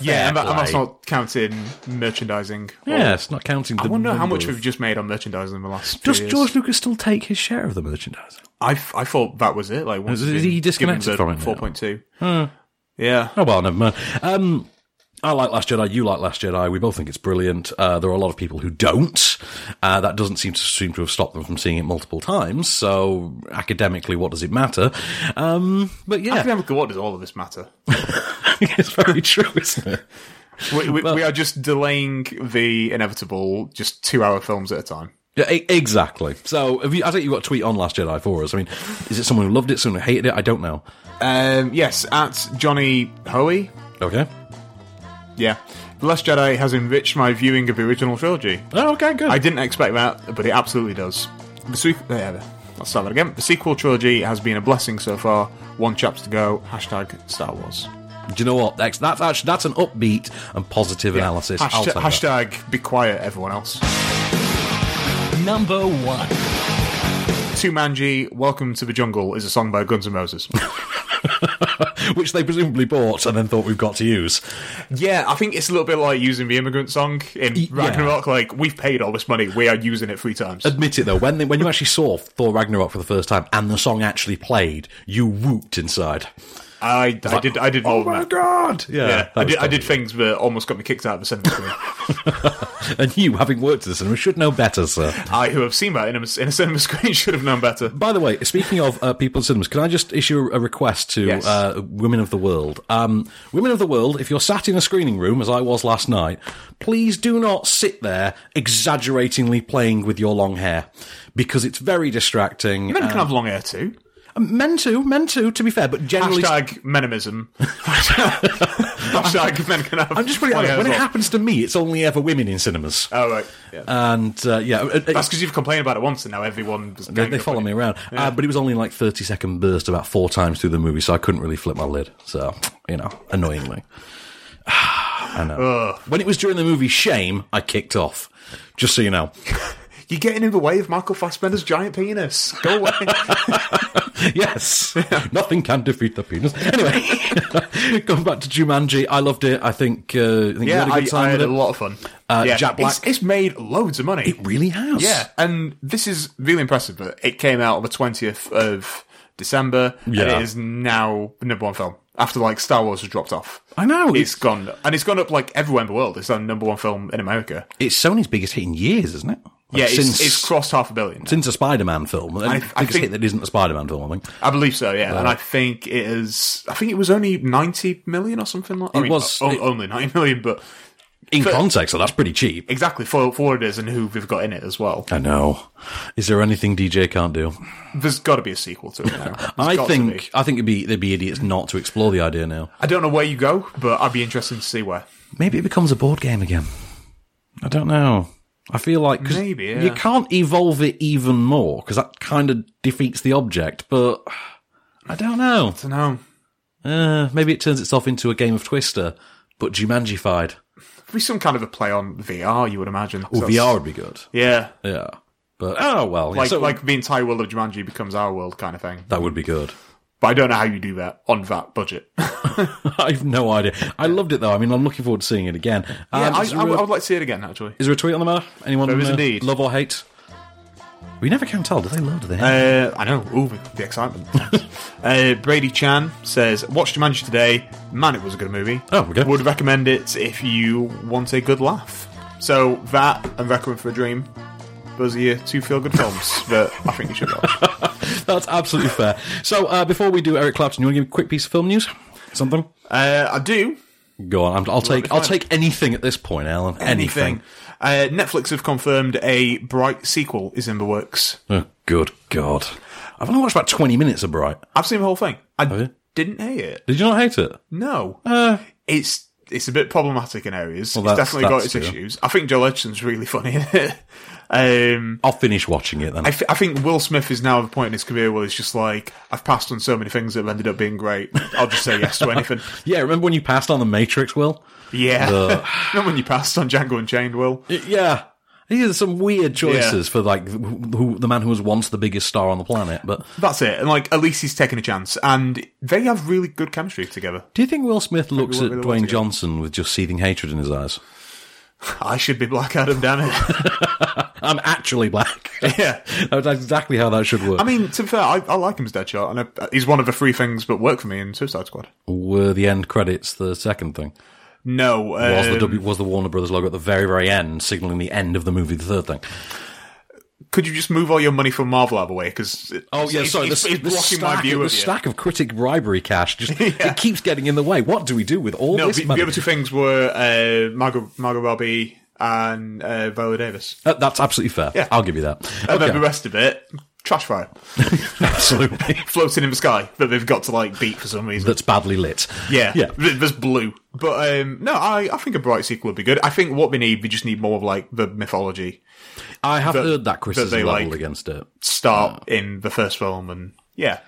B: Yeah, and, that, and that's
A: play.
B: not counting merchandising. or-
A: Yeah, it's not counting. The
B: I wonder how much
A: number of-
B: we've just made on merchandising in the last. few
A: Does
B: years.
A: George Lucas still take his share of the merchandise?
B: I, f- I thought that was it. Like, once
A: Is- is
B: it's
A: he
B: been given
A: disconnected
B: the
A: from it now?
B: 4.2. Yeah.
A: Oh well, never mind. Um, I like Last Jedi. You like Last Jedi. We both think it's brilliant. Uh, there are a lot of people who don't. Uh, that doesn't seem to seem to have stopped them from seeing it multiple times. So academically, what does it matter? Um, but yeah,
B: Academically, what does all of this matter?
A: it's very true, isn't it?
B: We, we, we are just delaying the inevitable, just two hour films at a time.
A: Yeah, e- exactly. So have you, I think you got a tweet on Last Jedi for us. I mean, is it someone who loved it, someone who hated it? I don't know.
B: Um, yes, at Johnny Hoey.
A: Okay.
B: Yeah. The Last Jedi has enriched my viewing of the original trilogy.
A: Oh, okay, good.
B: I didn't expect that, but it absolutely does. The sequel. Yeah, I'll start that again. The sequel trilogy has been a blessing so far. One chapter to go. Hashtag Star Wars.
A: Do you know what? That's, that's actually that's an upbeat and positive analysis. I'll
B: Hashtag,
A: take that.
B: hashtag be quiet, everyone else.
C: Number one.
B: Tumanji, Welcome to the Jungle is a song by Guns N' Roses.
A: which they presumably bought and then thought we've got to use.
B: yeah, I think it's a little bit like using the immigrant song in
A: Y- yeah.
B: Ragnarok. Like, we've paid all this money, we are using it three times.
A: Admit it though, when they, when you actually saw Thor Ragnarok for the first time and the song actually played, you whooped inside.
B: I, I did, I did
A: Oh
B: more than
A: my
B: that.
A: god! Yeah,
B: Yeah,
A: that
B: I
A: was
B: did, I
A: terrible.
B: did things that almost got me kicked out of the cinema. screen.
A: And you, having worked at the cinema, should know better, sir.
B: I, who have seen that in a, in a cinema screen, should have known better.
A: By the way, speaking of uh, people in cinemas, can I just issue a request to
B: Yes.
A: uh, Women of the World? Um, women of the World, if you're sat in a screening room, as I was last night, please do not sit there exaggeratingly playing with your long hair because it's very distracting. uh,
B: Men can have long hair too.
A: Men to, men to, to be fair, but generally.
B: Hashtag menimism. Hashtag men can have.
A: I'm just putting it
B: long
A: out
B: hair
A: there. When
B: as
A: it
B: well.
A: happens to me, it's only ever women in cinemas.
B: Oh, right. Yeah.
A: And uh, yeah, it- it-
B: That's because you've complained about it once, and now everyone. is
A: they,
B: ganging
A: they
B: up
A: follow
B: on
A: me
B: you.
A: around. Uh, but it was only like 30 second burst about four times through the movie, so I couldn't really flip my lid. So, you know, annoyingly. I know. When it was during the movie Shame, I kicked off. Just so you know.
B: You're getting in the way of Michael Fassbender's giant penis. Go away.
A: yes. Nothing can defeat the penis. Anyway, going back to Jumanji, I loved it. I think, uh, I think
B: yeah,
A: you had a
B: I,
A: good time
B: I had
A: with
B: a
A: it.
B: lot of fun.
A: Uh,
B: yeah,
A: Jack Black-
B: It's, it's made loads of money.
A: It really has.
B: yeah, and this is really impressive. But it came out on the twentieth of December, and
A: Yeah.
B: it is now the number one film after like Star Wars was dropped off.
A: I know.
B: it's gone, and it's gone up like everywhere in the world. It's our number one film in America.
A: It's Sony's biggest hit in years, isn't it?
B: yeah, it's,
A: since-
B: it's crossed half a billion.
A: Since a Spider-Man film, I, think
B: I
A: it's
B: think-
A: hit that isn't a Spider-Man film. I think
B: I believe so, yeah. and I think it is. I think it was only ninety million or something like. I
A: It
B: mean,
A: was-
B: o-
A: it-
B: only ninety million, but
A: in
B: But-
A: context, so that's pretty cheap.
B: exactly for for what it is and who we've got in it as well.
A: I know. Is there anything DJ can't do?
B: There's got to be a sequel to it. Now. There's
A: I
B: got to be.
A: think I think it'd be they'd be idiots not to explore the idea now.
B: I don't know where you go, but I'd be interested to see where.
A: Maybe it becomes a board game again. I don't know. I feel like 'cause
B: Maybe, yeah.
A: you can't evolve it even more because that kind of defeats the object. But I don't know.
B: I don't know.
A: Uh, maybe it turns itself into a game of Twister, but Jumanjified.
B: It'd be some kind of a play on VR, you would imagine.
A: Well,
B: 'cause
A: VR
B: that's-
A: would be good.
B: yeah,
A: Yeah, but oh well. yeah,
B: like
A: so
B: like the entire world of Jumanji becomes our world kind of thing.
A: that would be good.
B: But I don't know how you do that on that budget. yeah,
A: I've no idea. I loved it though. I mean, I'm looking forward to seeing it again. Um,
B: I,
A: is,
B: I
A: there
B: would- I
A: a,
B: would like to see it again, actually.
A: is there a tweet on the matter? Anyone
B: There is
A: uh,
B: indeed.
A: love or hate? We never can tell. Do they love? Do they? hate?
B: Uh, I know. Ooh, the excitement. uh, Brady Chan says, "Watched Jumanji today. Man, it was a good movie.
A: Oh, okay.
B: Would recommend it if you want a good laugh. So that and Recommend for a Dream." Those are your two feel-good films that I think you should watch.
A: That's absolutely fair. So uh, before we do Eric Clapton, you want to give a quick piece of film news? Something?
B: Uh, I do.
A: Go on. I'm, I'll take. I'll
B: find
A: take anything at this point, Alan. Anything.
B: Uh, Netflix have confirmed a Bright sequel is in the works.
A: Oh, good God! I've only watched about 20 minutes of Bright.
B: I've seen the whole thing. I
A: you?
B: didn't hate it.
A: Did you not hate it?
B: No,
A: Uh,
B: it's it's a bit problematic in areas.
A: Well,
B: it's
A: that's-
B: definitely got
A: that's
B: its
A: true.
B: issues. I think Joel Edgerton's really funny in it. Um,
A: I'll finish watching it then.
B: I, th- I think Will Smith is now at the point in his career where he's just like, I've passed on so many things that have ended up being great. I'll just say yes to anything.
A: yeah, remember when you passed on the Matrix, Will?
B: Yeah.
A: Uh.
B: Not when you passed on Django Unchained, Will.
A: Y- Yeah. These are some weird choices for like who, who, the man who was once the biggest star on the planet. But
B: That's it. And like, at least he's taking a chance. And they have really good chemistry together.
A: do you think Will Smith looks
B: won't
A: at
B: be the one
A: Dwayne
B: to go.
A: Johnson with just seething hatred in his eyes?
B: I should be Black Adam, damn it.
A: I'm actually black.
B: yeah.
A: That's exactly how that should work.
B: I mean, to be fair, I, I like him as Deadshot, and I, he's one of the three things that work for me in Suicide Squad.
A: Were the end credits the second thing?
B: No, um,
A: Was the w, was the Warner Brothers logo at the very very end signaling the end of the movie the third thing?
B: could you just move all your money from Marvel out of the way? Because it's, Oh, it's, it's blocking my view
A: Oh, the
B: of you.
A: stack of critic bribery cash just it keeps getting in the way. What do we do with all
B: No,
A: this
B: the,
A: money?
B: the other two things were uh, Margot, Margot Robbie and uh, Viola Davis.
A: Uh, that's absolutely fair.
B: Yeah.
A: I'll give you that.
B: And then the
A: Okay.
B: rest of it, trash fire,
A: Absolutely.
B: floating in the sky that they've got to like beat for some reason.
A: that's badly lit.
B: yeah,
A: Yeah.
B: Th- There's blue, but um, no, I, I think a bright sequel would be good. I think what we need, we just need more of like the mythology
A: I have
B: That-
A: heard that
B: that
A: criticism
B: they
A: leveled
B: like.
A: against it.
B: start
A: Oh.
B: in the first film, and yeah,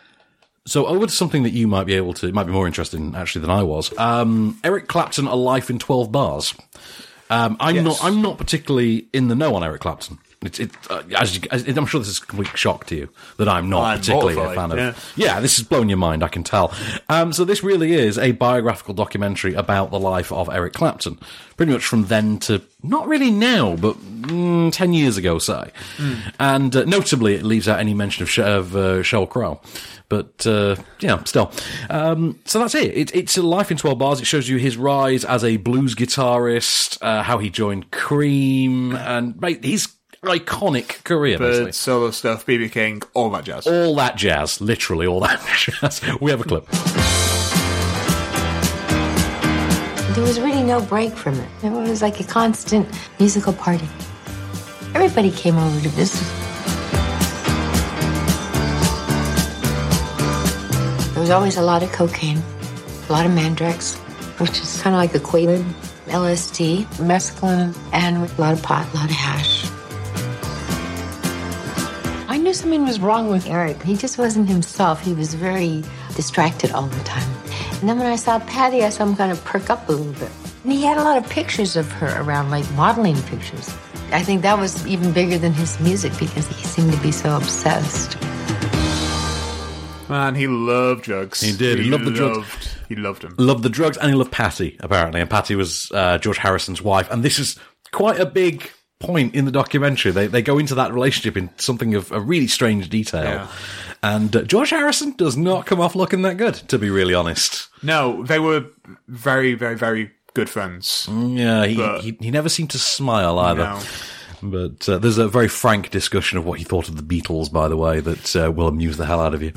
A: So over to something that you might be able to, might be more interested in actually than I was. Um, Eric Clapton, A Life in Twelve Bars. Um, I'm
B: Yes.
A: not, I'm not particularly in the know on Eric Clapton. It's, it, uh, as, you, as I'm sure this is a complete shock to you that I'm not
B: I'm
A: particularly a
B: mortified,
A: fan of. Yeah, this has blown your mind, I can tell. Um, so this really is a biographical documentary about the life of Eric Clapton, pretty much from then to not really now, but mm, ten years ago, say. And uh, notably, it leaves out any mention of, Sh- of uh, Sheryl Crow. But uh, yeah, still. Um, so that's it. it. It's a life in twelve bars. It shows you his rise as a blues guitarist, uh, how he joined Cream, and mate, his iconic career. basically
B: bird solo stuff, BB King, all that jazz.
A: all that jazz, literally all that jazz. We have a clip.
F: There was really no break from it. It was like a constant musical party. Everybody came over to visit. There was always a lot of cocaine, a lot of mandrax, which is kind of like the Quaalude, LSD, mescaline, and a lot of pot, a lot of hash. I knew something was wrong with Eric. He just wasn't himself. He was very distracted all the time. And then when I saw Patty, I saw him kind of perk up a little bit. And he had a lot of pictures of her around, like modeling pictures. I think that was even bigger than his music because he seemed to be so obsessed.
B: Man, he loved drugs.
A: He did. He loved the drugs.
B: He loved them.
A: Loved the drugs and he loved Patty, apparently. And Patty was uh, George Harrison's wife. And this is quite a big point in the documentary. They, they go into that relationship in something of a really strange detail.
B: Yeah.
A: And uh, George Harrison does not come off looking that good, to be really honest.
B: No, they were very, very, very good friends.
A: Yeah, he,
B: But-
A: he, he never seemed to smile either.
B: No.
A: But uh, there's a very frank discussion of what he thought of the Beatles, by the way, that uh, will amuse the hell out of you.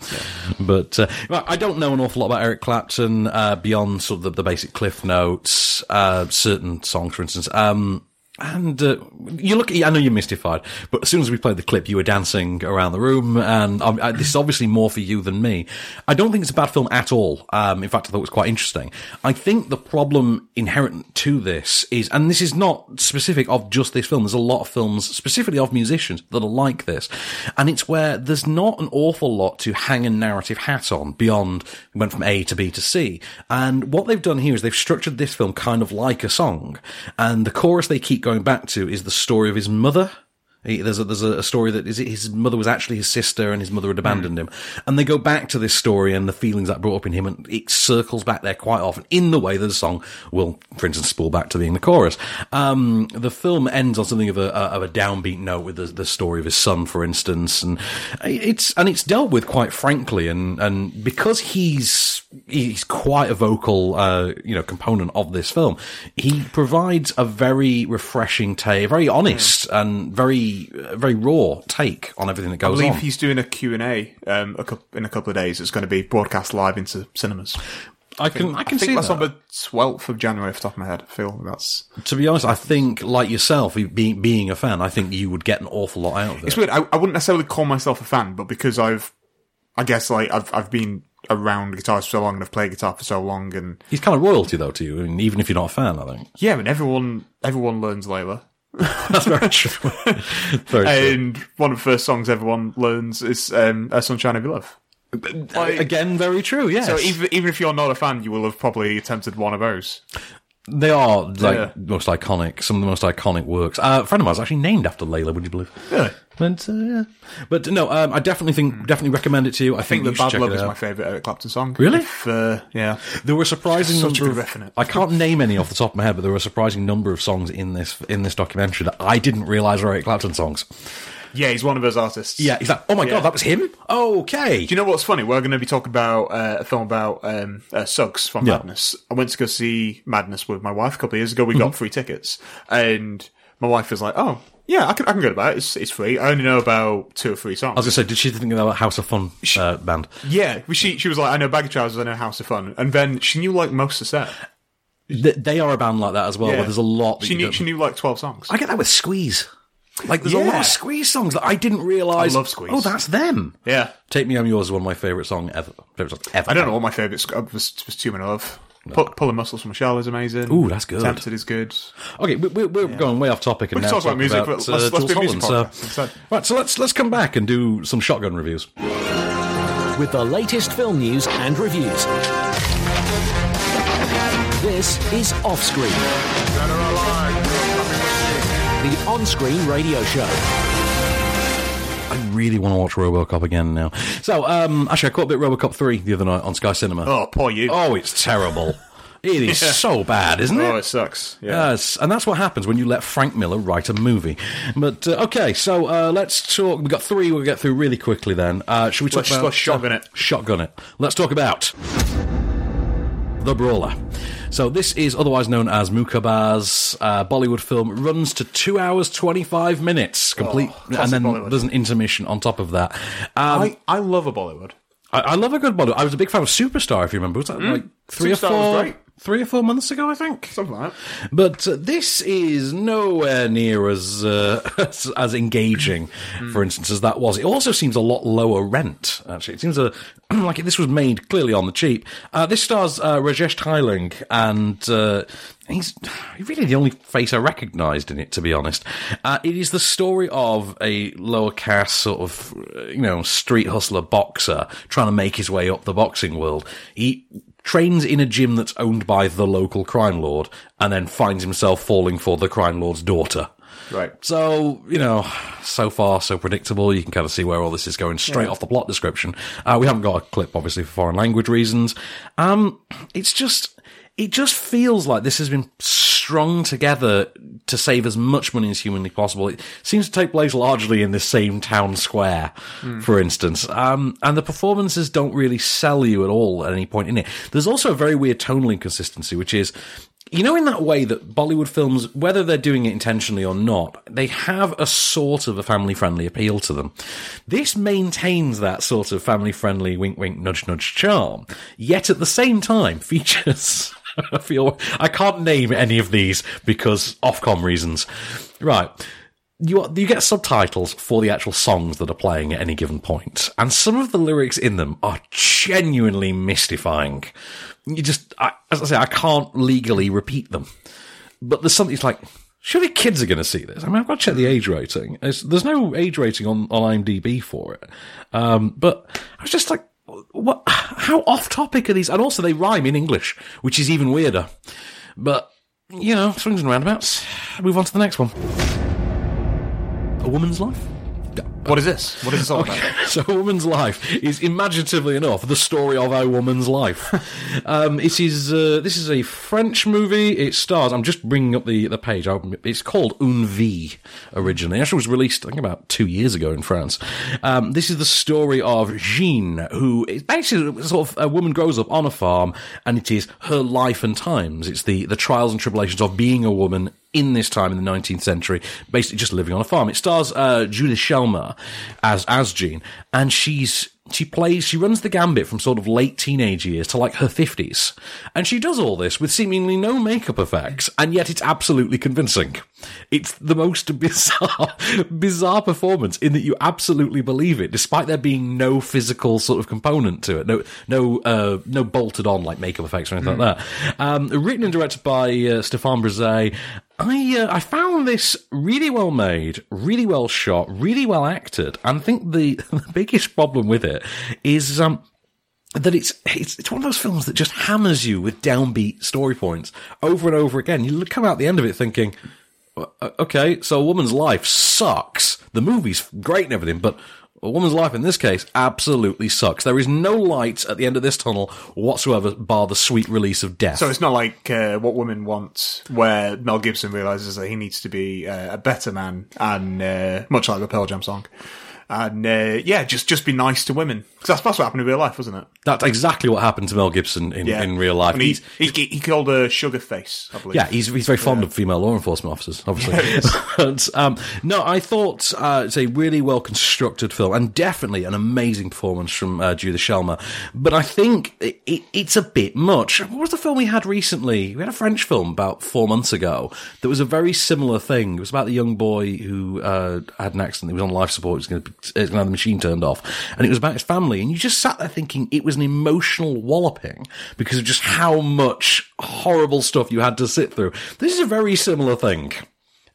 A: But uh, well, I don't know an awful lot about Eric Clapton uh, beyond sort of the, the basic cliff notes, uh, certain songs, for instance. Um, and uh, you look, I know you're mystified, but as soon as we played the clip, you were dancing around the room, and um, I, this is obviously more for you than me. I don't think it's a bad film at all. Um, in fact, I thought it was quite interesting. I think the problem inherent to this is, and this is not specific of just this film, there's a lot of films, specifically of musicians, that are like this. And it's where there's not an awful lot to hang a narrative hat on beyond we went from A to B to C. And what they've done here is they've structured this film kind of like a song. And the chorus they keep going back to is the story of his mother. He- There's a, there's a a story that is his mother was actually his sister and his mother had abandoned him. And they go back to this story and the feelings that brought up in him and it circles back there quite often in the way that the song will, for instance, spool back to being the chorus. Um, the film ends on something of a, a- of a downbeat note with the, the story of his son, for instance. And it's, and it's dealt with quite frankly. And, and because he's, he's quite a vocal, uh, you know, component of this film. He provides a very refreshing take, a very honest and very, uh, very raw take on everything that
B: I
A: goes
B: believe
A: on.
B: he's doing a Q&A um, a coup in a couple of days. It's going to be broadcast live into cinemas.
A: I can, I can
B: think
A: see
B: that's
A: that.
B: on the 12th of January off the top of my head. I feel that's...
A: to be honest, I think, like yourself, being, being a fan, I think you would get an awful lot out of it.
B: It's weird. I, I wouldn't necessarily call myself a fan, but because I've... I guess, like, I've, I've been around guitars for so long and I've played guitar for so long and...
A: He's kind of royalty though to you, I mean, even if you're not a fan, I think.
B: Yeah, and everyone everyone learns Layla.
A: That's very true. very true.
B: And one of the first songs everyone learns is um, uh, Sunshine of Your Love. like-
A: Again, very true, yes.
B: So even, even if you're not a fan, you will have probably attempted one of those.
A: They are like
B: Yeah.
A: most iconic, some of the most iconic works. Uh, a friend of mine is actually named after Layla. Would you believe?
B: Really?
A: But, uh, yeah. but no, um, I definitely think definitely recommend it to you. I,
B: I think
A: you
B: The
A: should
B: Bad
A: check
B: Love
A: it
B: is
A: out.
B: my favourite Eric Clapton song.
A: Really?
B: If, uh, yeah.
A: There were a surprising
B: Such a
A: number
B: good
A: of,
B: riff in it.
A: I can't name any off the top of my head, but there were a surprising number of songs in this in this documentary that I didn't realize were Eric Clapton songs.
B: Yeah, he's one of those artists.
A: Yeah, he's like, oh my
B: Yeah.
A: god, that was him. Okay,
B: Do you know what's funny? We're going to be talking about uh, a film about um, uh, Suggs from
A: Yeah.
B: Madness. I went to go see Madness with my wife a couple of years ago. We
A: Mm-hmm.
B: got free tickets, and my wife was like, "Oh, yeah, I can, I can go to that. It's, it's free. I only know about two or three songs."
A: I was gonna say, did she think that House of Fun uh, band?
B: yeah, well, she she was like, "I know Bag of Trousers. I know House of Fun," and then she knew like most of the set.
A: They, they are a band like that as well.
B: Yeah.
A: Where there's a lot. That
B: She
A: you
B: knew
A: don't-
B: she knew like twelve songs.
A: I get that with Squeeze. Like there's a lot
B: Yeah.
A: of Squeeze songs that I didn't realize.
B: I love Squeeze.
A: Oh, that's them.
B: Yeah.
A: Take Me Home Yours is one of my favorite song ever. Favorite song ever.
B: I don't know what my favourite sc- uh, was, was Two Men I Love. Pu- Pulling Muscles from Michelle is amazing.
A: Ooh, that's good.
B: Tempted is good.
A: Okay, we, we, we're going way off topic. And
B: We can
A: now
B: talk about music,
A: about,
B: but let's-
A: uh,
B: let's do a
A: Jules
B: music
A: Holland,
B: podcast
A: so-
B: instead.
A: Right, so let's let's come back and do some shotgun reviews.
C: with the latest film news and reviews. This is Offscreen. The on-screen radio show.
A: I really want to watch RoboCop again now. So, um, actually, I caught a bit of RoboCop three the other night on Sky Cinema.
B: Oh, poor you.
A: Oh, it's terrible. it is so bad, isn't
B: Oh,
A: it?
B: it sucks. Yeah.
A: Yes, and that's what happens when you let Frank Miller write a movie. But uh, okay, so uh, let's talk. We've got three. We'll get through really quickly. Then, uh, should we talk
B: Let's-
A: about uh,
B: let's shotgun it.
A: Shotgun it. Let's talk about the Brawler. So this is otherwise known as Mukabaz. Uh, Bollywood film runs to two hours twenty five minutes complete, and
B: Oh, classic
A: then
B: Bollywood.
A: there's an intermission on top of that. Um, I,
B: I, I love a Bollywood.
A: I love a good Bollywood. I was a big fan of Superstar. If you remember, was that like three
B: Mm. Superstar
A: or
B: was
A: four,
B: great.
A: three or four months ago? I think
B: Something like that.
A: but uh, this is nowhere near as uh, as, as engaging, for instance, as that was. It also seems a lot lower rent. Actually, it seems a, like this was made clearly on the cheap. Uh, this stars uh, Rajesh Tyling, and uh, he's really the only face I recognised in it. To be honest, uh, it is the story of a lower caste sort of uh, you know street hustler boxer trying to make his way up the boxing world. He trains in a gym that's owned by the local crime lord and then finds himself falling for the crime lord's daughter.
B: Right.
A: So, you know, so far, so predictable. You can kind of see where all this is going straight off the plot description. Uh, we haven't got a clip, obviously, for foreign language reasons. Um, it's just, it just feels like this has been strung together to save as much money as humanly possible. It seems to take place largely in this same town square, for instance. Um, and the performances don't really sell you at all at any point in it. There's also a very weird tonal inconsistency, which is you know, in that way that Bollywood films, whether they're doing it intentionally or not, they have a sort of a family friendly appeal to them. This maintains that sort of family friendly wink wink nudge nudge charm, yet at the same time features. I feel I can't name any of these because Ofcom reasons. Right. You, are, you get subtitles for the actual songs that are playing at any given point, and some of the lyrics in them are genuinely mystifying. You just, I, as I say, I can't legally repeat them, but there's something it's like, surely kids are going to see this. I mean, I've got to check the age rating. It's, there's no age rating on on IMDb for it, um, but I was just like, what? How off topic are these? And also, they rhyme in English, which is even weirder. But you know, swings and roundabouts. Move on to the next one. A woman's life.
B: What is this? What is this all about?
A: So, a woman's life is imaginatively enough the story of a woman's life. um, it is uh, this is a French movie. It stars. I'm just bringing up the the page. I- It's called Un Vie originally. It actually was released I think about two years ago in France. Um, this is the story of Jeanne, who is basically sort of a woman grows up on a farm, and it is her life and times. It's the the trials and tribulations of being a woman in this time in the 19th century, basically just living on a farm. It stars uh, Judith Shelmer as as Jean, and she's she plays she runs the gambit from sort of late teenage years to like her 50s, and she does all this with seemingly no makeup effects, and yet it's absolutely convincing. It's the most bizarre bizarre performance in that you absolutely believe it, despite there being no physical sort of component to it, no no uh, no bolted on like makeup effects or anything like that. Um, written and directed by uh, Stéphane Brisé I uh, I found this really well made, really well shot, really well acted, and I think the, the biggest problem with it is um that it's, it's it's one of those films that just hammers you with downbeat story points over and over again. You come out the end of it thinking, "O- okay, so a woman's life sucks. The movie's great and everything, but a woman's life in this case absolutely sucks. There is no light at the end of this tunnel whatsoever, bar the sweet release of death.
B: So it's not like uh, what women want, where Mel Gibson realizes that he needs to be uh, a better man, and uh, much like the Pearl Jam song, and uh, yeah, just just be nice to women. 'Cause that's, that's what happened in real life, wasn't it?
A: That's exactly what happened to Mel Gibson in,
B: Yeah,
A: in real life.
B: And he,
A: He's-
B: he he he called her sugar face, I believe.
A: Yeah, he's he's very fond of female law enforcement officers, obviously. but, um, no, I thought uh, it's a really well constructed film, and definitely an amazing performance from uh, Judith Shelmer. But I think it, it, it's a bit much. What was the film we had recently? We had a French film about four months ago that was a very similar thing. It was about the young boy who uh, had an accident. He was on life support. He was going to have the machine turned off, and it was about his family. And you just sat there thinking it was an emotional walloping because of just how much horrible stuff you had to sit through. This is a very similar thing.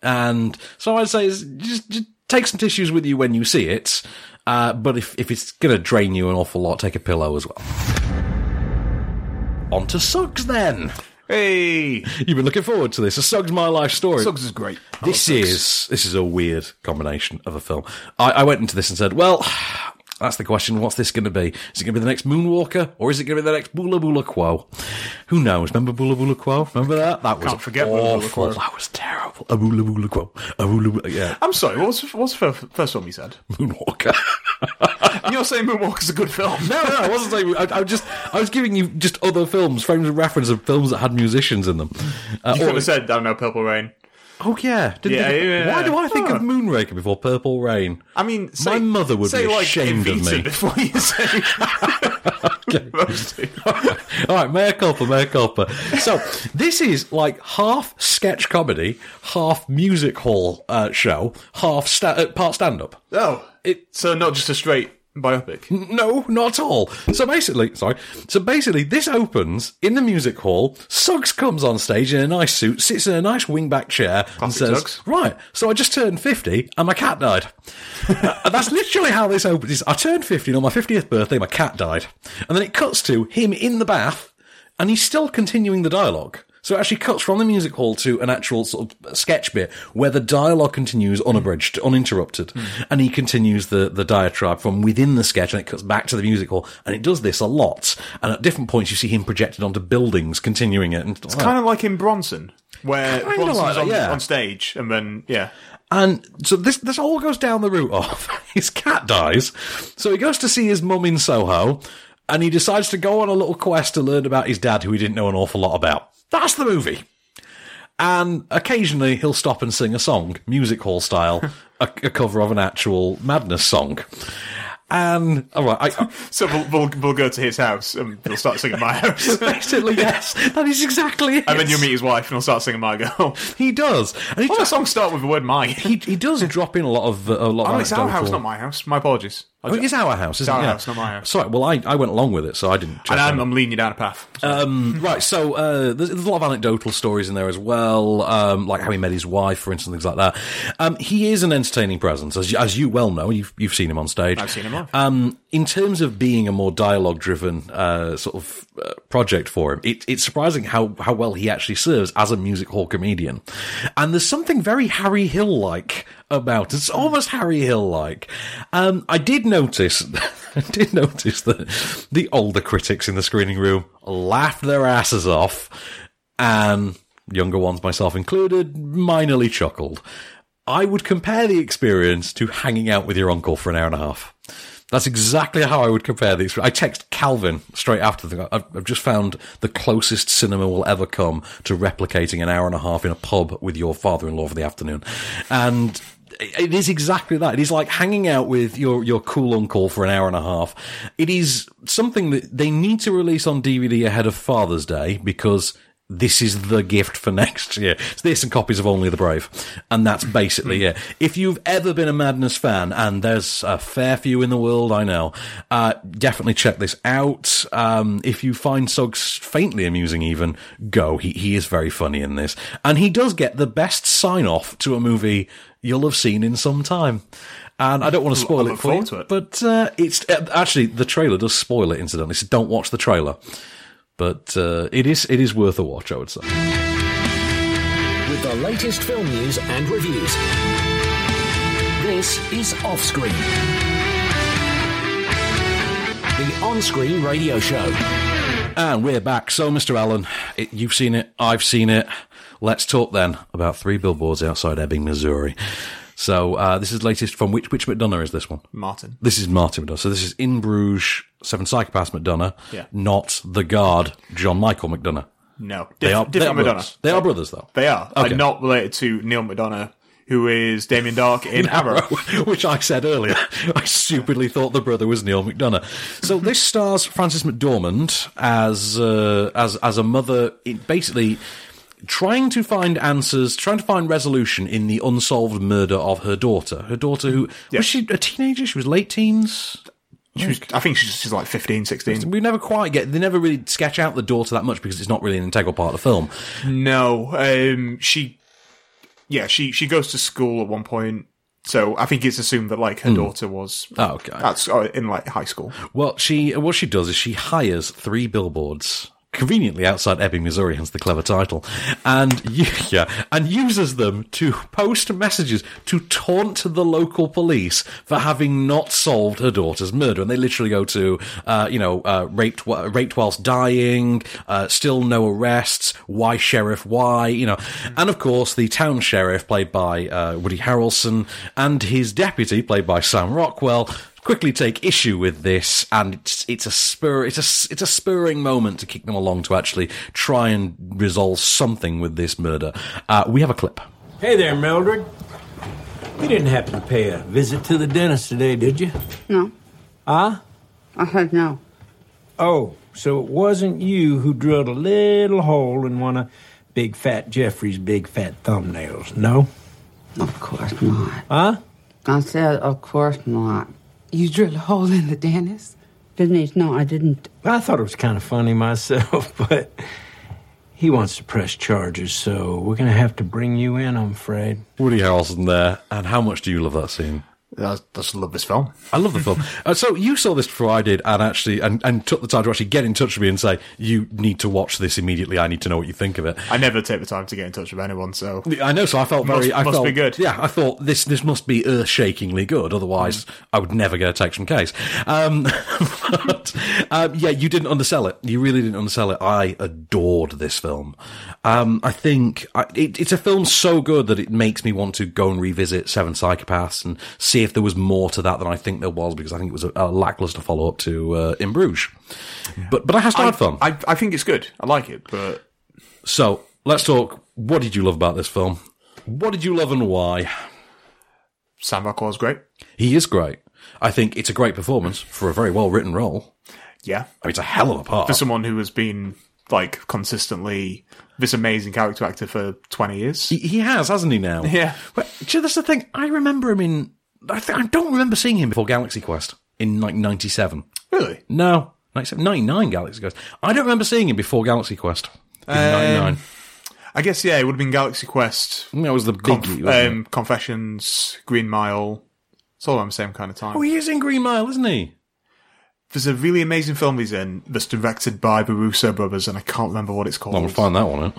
A: And so I'd say is just, just take some tissues with you when you see it. Uh, but if, if it's going to drain you an awful lot, take a pillow as well. On to Suggs then.
B: Hey,
A: You've been looking forward to this. A Suggs My Life story.
B: Suggs is great.
A: This is this is a weird combination of a film. I, I went into this and said, "Well, that's the question. What's this going to be? Is it going to be the next Moonwalker, or is it going to be the next Bula Bula Quo? Who knows? Remember Bula Bula Quo? Remember that? That was
B: Can't forget Bula Bula
A: awful.
B: Quo.
A: That was terrible. A Bula Bula Quo. A Bula Bula. Yeah,
B: I'm sorry. What was what was the fir- first film you said?
A: Moonwalker.
B: You're saying Moonwalker's a good film?
A: No, no, I wasn't saying. I, I was just, I was giving you just other films, frames of reference of films that had musicians in them. Uh,
B: you
A: or-
B: could have said, "I don't know, Purple Rain."
A: oh yeah, Didn't
B: Yeah,
A: think of-
B: yeah,
A: Why do I think
B: huh.
A: of Moonraker before Purple Rain?
B: I mean, say,
A: My mother would
B: say
A: be
B: like
A: ashamed of
B: Evita
A: me.
B: before you say. Those two.
A: All right, Mayor Culpa, Mayor Culpa. So this is like half sketch comedy, half music hall uh, show, half sta- uh, part stand up.
B: Oh,
A: It-
B: so not just a straight biopic.
A: No, not at all. So basically, sorry. So basically, this opens in the music hall. Suggs comes on stage in a nice suit, sits in a nice wingback chair, and
B: Classic
A: says,
B: Suggs.
A: "Right, so I just turned fifty, and my cat died." Uh, that's literally how this opens. Is I turned fifty, and on my fiftieth birthday, my cat died, and then it cuts to him in the bath, and he's still continuing the dialogue. So it actually cuts from the music hall to an actual sort of sketch bit where the dialogue continues unabridged, uninterrupted, and he continues the, the diatribe from within the sketch and it cuts back to the music hall and it does this a lot. And at different points you see him projected onto buildings, continuing it. And it's
B: Kind of like in Bronson, where
A: Kinda
B: Bronson's
A: like that,
B: on,
A: yeah.
B: on stage, and then yeah,
A: And so this this all goes down the route of his cat dies. So he goes to see his mum in Soho, and he decides to go on a little quest to learn about his dad, who he didn't know an awful lot about. That's the movie. and occasionally he'll stop and sing a song, music hall style, a, a cover of an actual Madness song. And all right, I,
B: So we'll, we'll, we'll go to his house and he'll start singing my house.
A: basically yes, that is exactly it.
B: And then you'll meet his wife and he'll start singing my girl.
A: He does, and he,
B: All the
A: does,
B: songs start with the word my.
A: he, he does drop in a lot of uh, a lot
B: Oh,
A: of
B: it's our house,
A: anecdotal-
B: not my house. My apologies. I
A: Oh, it is our house, isn't
B: our
A: it? Yeah.
B: house, not my house.
A: Sorry, well, I, I went along with it, so I didn't. Check
B: and um, I'm,
A: on it.
B: I'm leading you down a path.
A: Uh, Right, so uh, there's, there's a lot of anecdotal stories in there as well, um, like how he met his wife, for instance, things like that. Um, he is an entertaining presence, as, you- as you well know. You've, you've seen him on stage.
B: I've seen him live.
A: Um, in terms of being a more dialogue-driven uh, sort of uh, project for him, it, it's surprising how, how well he actually serves as a music hall comedian. And there's something very Harry Hill-like about it. It's almost Harry Hill-like. Um, I did notice, I did notice that the older critics in the screening room laughed their asses off, and younger ones, myself included, minorly chuckled. I would compare the experience to hanging out with your uncle for an hour and a half. That's exactly how I would compare these. I text Calvin straight after the. I've I've just found the closest cinema will ever come to replicating an hour and a half in a pub with your father-in-law for the afternoon, and it is exactly that. It is like hanging out with your your cool uncle for an hour and a half. It is something that they need to release on DVD ahead of Father's Day because this is the gift for next year. It's this and copies of Only the Brave. And that's
B: Hmm.
A: basically it. If you've ever been a Madness fan, and there's a fair few in the world, I know, uh, definitely check this out. Um, if you find Suggs faintly amusing, even, go. He, he is very funny in this. And he does get the best sign off to a movie you'll have seen in some time. And I don't want to spoil
B: look
A: it for you,
B: forward to it.
A: but uh, it's uh, actually the trailer does spoil it. Incidentally, so don't watch the trailer. But uh, it is it is worth a watch, I would say.
C: with the latest film news and reviews. This is Offscreen, the on screen radio show.
A: And we're back. So, Mr. Allen, it, you've seen it, I've seen it. Let's talk then about three billboards outside Ebbing, Missouri. So, uh, this is latest from which which McDonough is this one?
B: Martin.
A: This is Martin McDonough. So this is in Bruges, Seven Psychopaths McDonough,
B: Yeah.
A: not the guard John Michael McDonough.
B: No. Diff-
A: They are, they are
B: different Madonna.
A: brothers. They are brothers, though.
B: They are.
A: Okay.
B: And not related to Neil Madonna, who is Damien Dark in Arrow.
A: which I said earlier. I stupidly thought the brother was Neil McDonough. So this stars Frances McDormand as uh, as as a mother, in basically trying to find answers, trying to find resolution in the unsolved murder of her daughter. Her daughter, who was she a teenager? She was late teens.
B: She was, I think she's, she's like 15, 16.
A: We never quite get. They never really sketch out the daughter that much because it's not really an integral part of the film.
B: No. Um, she. Yeah, she, she goes to school at one point. So I think it's assumed that like her daughter was
A: Hmm. Oh, okay.
B: that's uh, in like high school.
A: Well, she what she does is she hires three billboards conveniently outside Ebbing, Missouri, hence the clever title, and u- yeah, and uses them to post messages to taunt the local police for having not solved her daughter's murder, and they literally go to uh, you know uh, raped wh- raped whilst dying, uh, still no arrests, why sheriff, why you know, and of course the town sheriff played by uh, Woody Harrelson and his deputy played by Sam Rockwell quickly take issue with this, and it's it's a spur it's a it's a spurring moment to kick them along to actually try and resolve something with this murder. Uh, we have a clip.
G: Hey there, Mildred. You didn't happen to pay a visit to the dentist today, did you?
H: No,
G: Huh?
H: I heard no.
G: Oh, so it wasn't you who drilled a little hole in one of Big Fat Jeffrey's big fat thumbnails, no?
H: Of course not.
G: Huh?
H: I said, of course not. You drill a hole in the dentist? Denise, no, I didn't.
G: I thought it was kind of funny myself, but he wants to press charges, so we're going to have to bring you in, I'm afraid.
A: Woody Harrelson there, and how much do you love that scene?
B: That's, that's love this film.
A: I love the film. Uh, so you saw this before I did, and actually, and, and took the time to actually get in touch with me and say you need to watch this immediately. I need to know what you think of it.
B: I never take the time to get in touch with anyone, so
A: I know, so I felt
B: Must-
A: very. I
B: must
A: felt,
B: be good.
A: Yeah, I thought this this must be earth-shakingly good. Otherwise,
B: Mm.
A: I would never get a text from Case. Um, but, um, yeah, you didn't undersell it. You really didn't undersell it. I adored this film. Um, I think I, it, it's a film so good that it makes me want to go and revisit Seven Psychopaths and see if there was more to that than I think there was because I think it was a, a lackluster follow-up to uh, In Bruges. But but I had hard fun.
B: I, I think it's good. I like it, but
A: So Let's talk. What did you love about this film? What did you love and why?
B: Sam Rockwell's great.
A: He is great. I think it's a great performance for a very well written role.
B: Yeah.
A: I mean, it's a hell of a part.
B: For someone who has been like consistently this amazing character actor for twenty years.
A: He, he has, hasn't he? Now,
B: Yeah.
A: But do you know, that's the thing. I remember him in. I, th- I don't remember seeing him before Galaxy Quest in like '97.
B: Really?
A: No, 97, 99 Galaxy Quest. I don't remember seeing him before Galaxy Quest.
B: Um,
A: In 99.
B: I guess yeah, it would have been Galaxy Quest,
A: That was the
B: Conf-
A: biggie. wasn't
B: um, Confessions, Green Mile. It's all around the same kind of time.
A: it? Oh, he is in Green Mile, isn't he?
B: There's a really amazing film he's in that's directed by the Russo brothers, and I can't remember what it's called.
A: Well, we'll find that one out.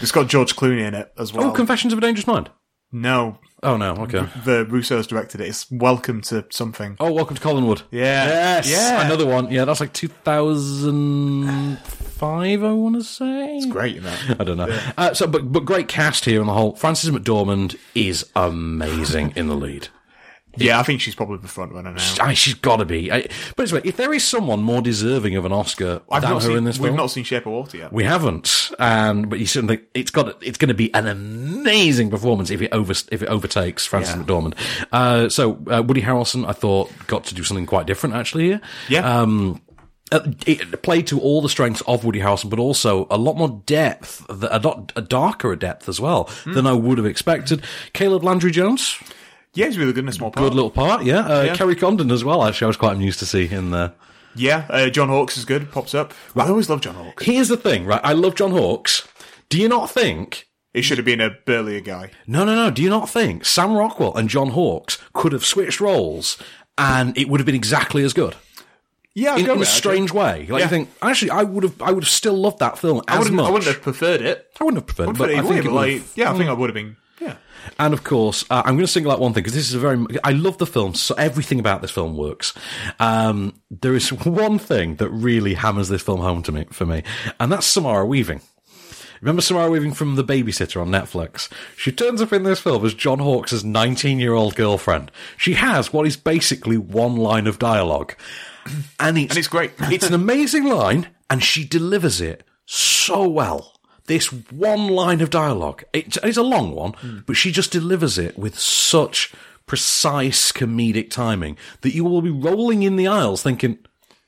B: It's got George Clooney in it as well.
A: Oh, Confessions of a Dangerous Mind.
B: no,
A: Oh no, okay.
B: the Russos directed it. It's Welcome to Something.
A: Oh, Welcome to Collinwood.
B: Yeah.
A: Yes.
B: Yeah.
A: Another one. Yeah, that's like 2005, I want to say.
B: Great, you know.
A: I don't know. Uh, so, but but great cast here on the whole. Frances McDormand is amazing in the lead.
B: Yeah, I think she's probably the front runner now.
A: I, she's got to be. I, but anyway, if there is someone more deserving of an Oscar
B: I've
A: than her
B: not seen,
A: in this
B: we've
A: film,
B: not seen Shape of Water yet.
A: we haven't. And but you certainly it's got it's going to be an amazing performance if it over if it overtakes Frances
B: Yeah.
A: McDormand. Uh, so uh, Woody Harrelson, I thought, got to do something quite different actually here.
B: yeah,
A: um, uh, it played to all the strengths of Woody Harrelson, but also a lot more depth, th- a lot a darker a depth as well than I would have expected. Caleb Landry Jones,
B: yeah, he's really good in a small part.
A: good little part, yeah. Uh,
B: Yeah.
A: Kerry Condon as well. Actually, I was quite amused to see in there.
B: Yeah, uh, John Hawkes is good. Pops up. I always love John Hawkes.
A: Here's the thing, right? I love John Hawkes. Do you not think?
B: He should have been a burlier guy.
A: No, no, no. Do you not think Sam Rockwell and John Hawkes could have switched roles and it would have been exactly as good?
B: Yeah,
A: In, in a strange way, like
B: Yeah.
A: you think. Actually, I would have. I would have still loved that film
B: I
A: as
B: wouldn't,
A: much.
B: I wouldn't have preferred it.
A: I wouldn't have preferred,
B: But
A: but I think it Mm. would
B: like,
A: have-
B: yeah, I think I would have been. Yeah,
A: And of course, uh, I'm going to single out one thing because this is a very. I love the film, so everything about this film works. Um, there is one thing that really hammers this film home to me for me, and that's Samara Weaving. Remember Samara Weaving from The Babysitter on Netflix? She turns up in this film as John Hawkes' 19 year old girlfriend. She has what is basically one line of dialogue. And it's,
B: And it's great.
A: it's an amazing line, and she delivers it so well. This one line of dialogue, it's, it's a long one,
B: Hmm.
A: but she just delivers it with such precise comedic timing that you will be rolling in the aisles thinking,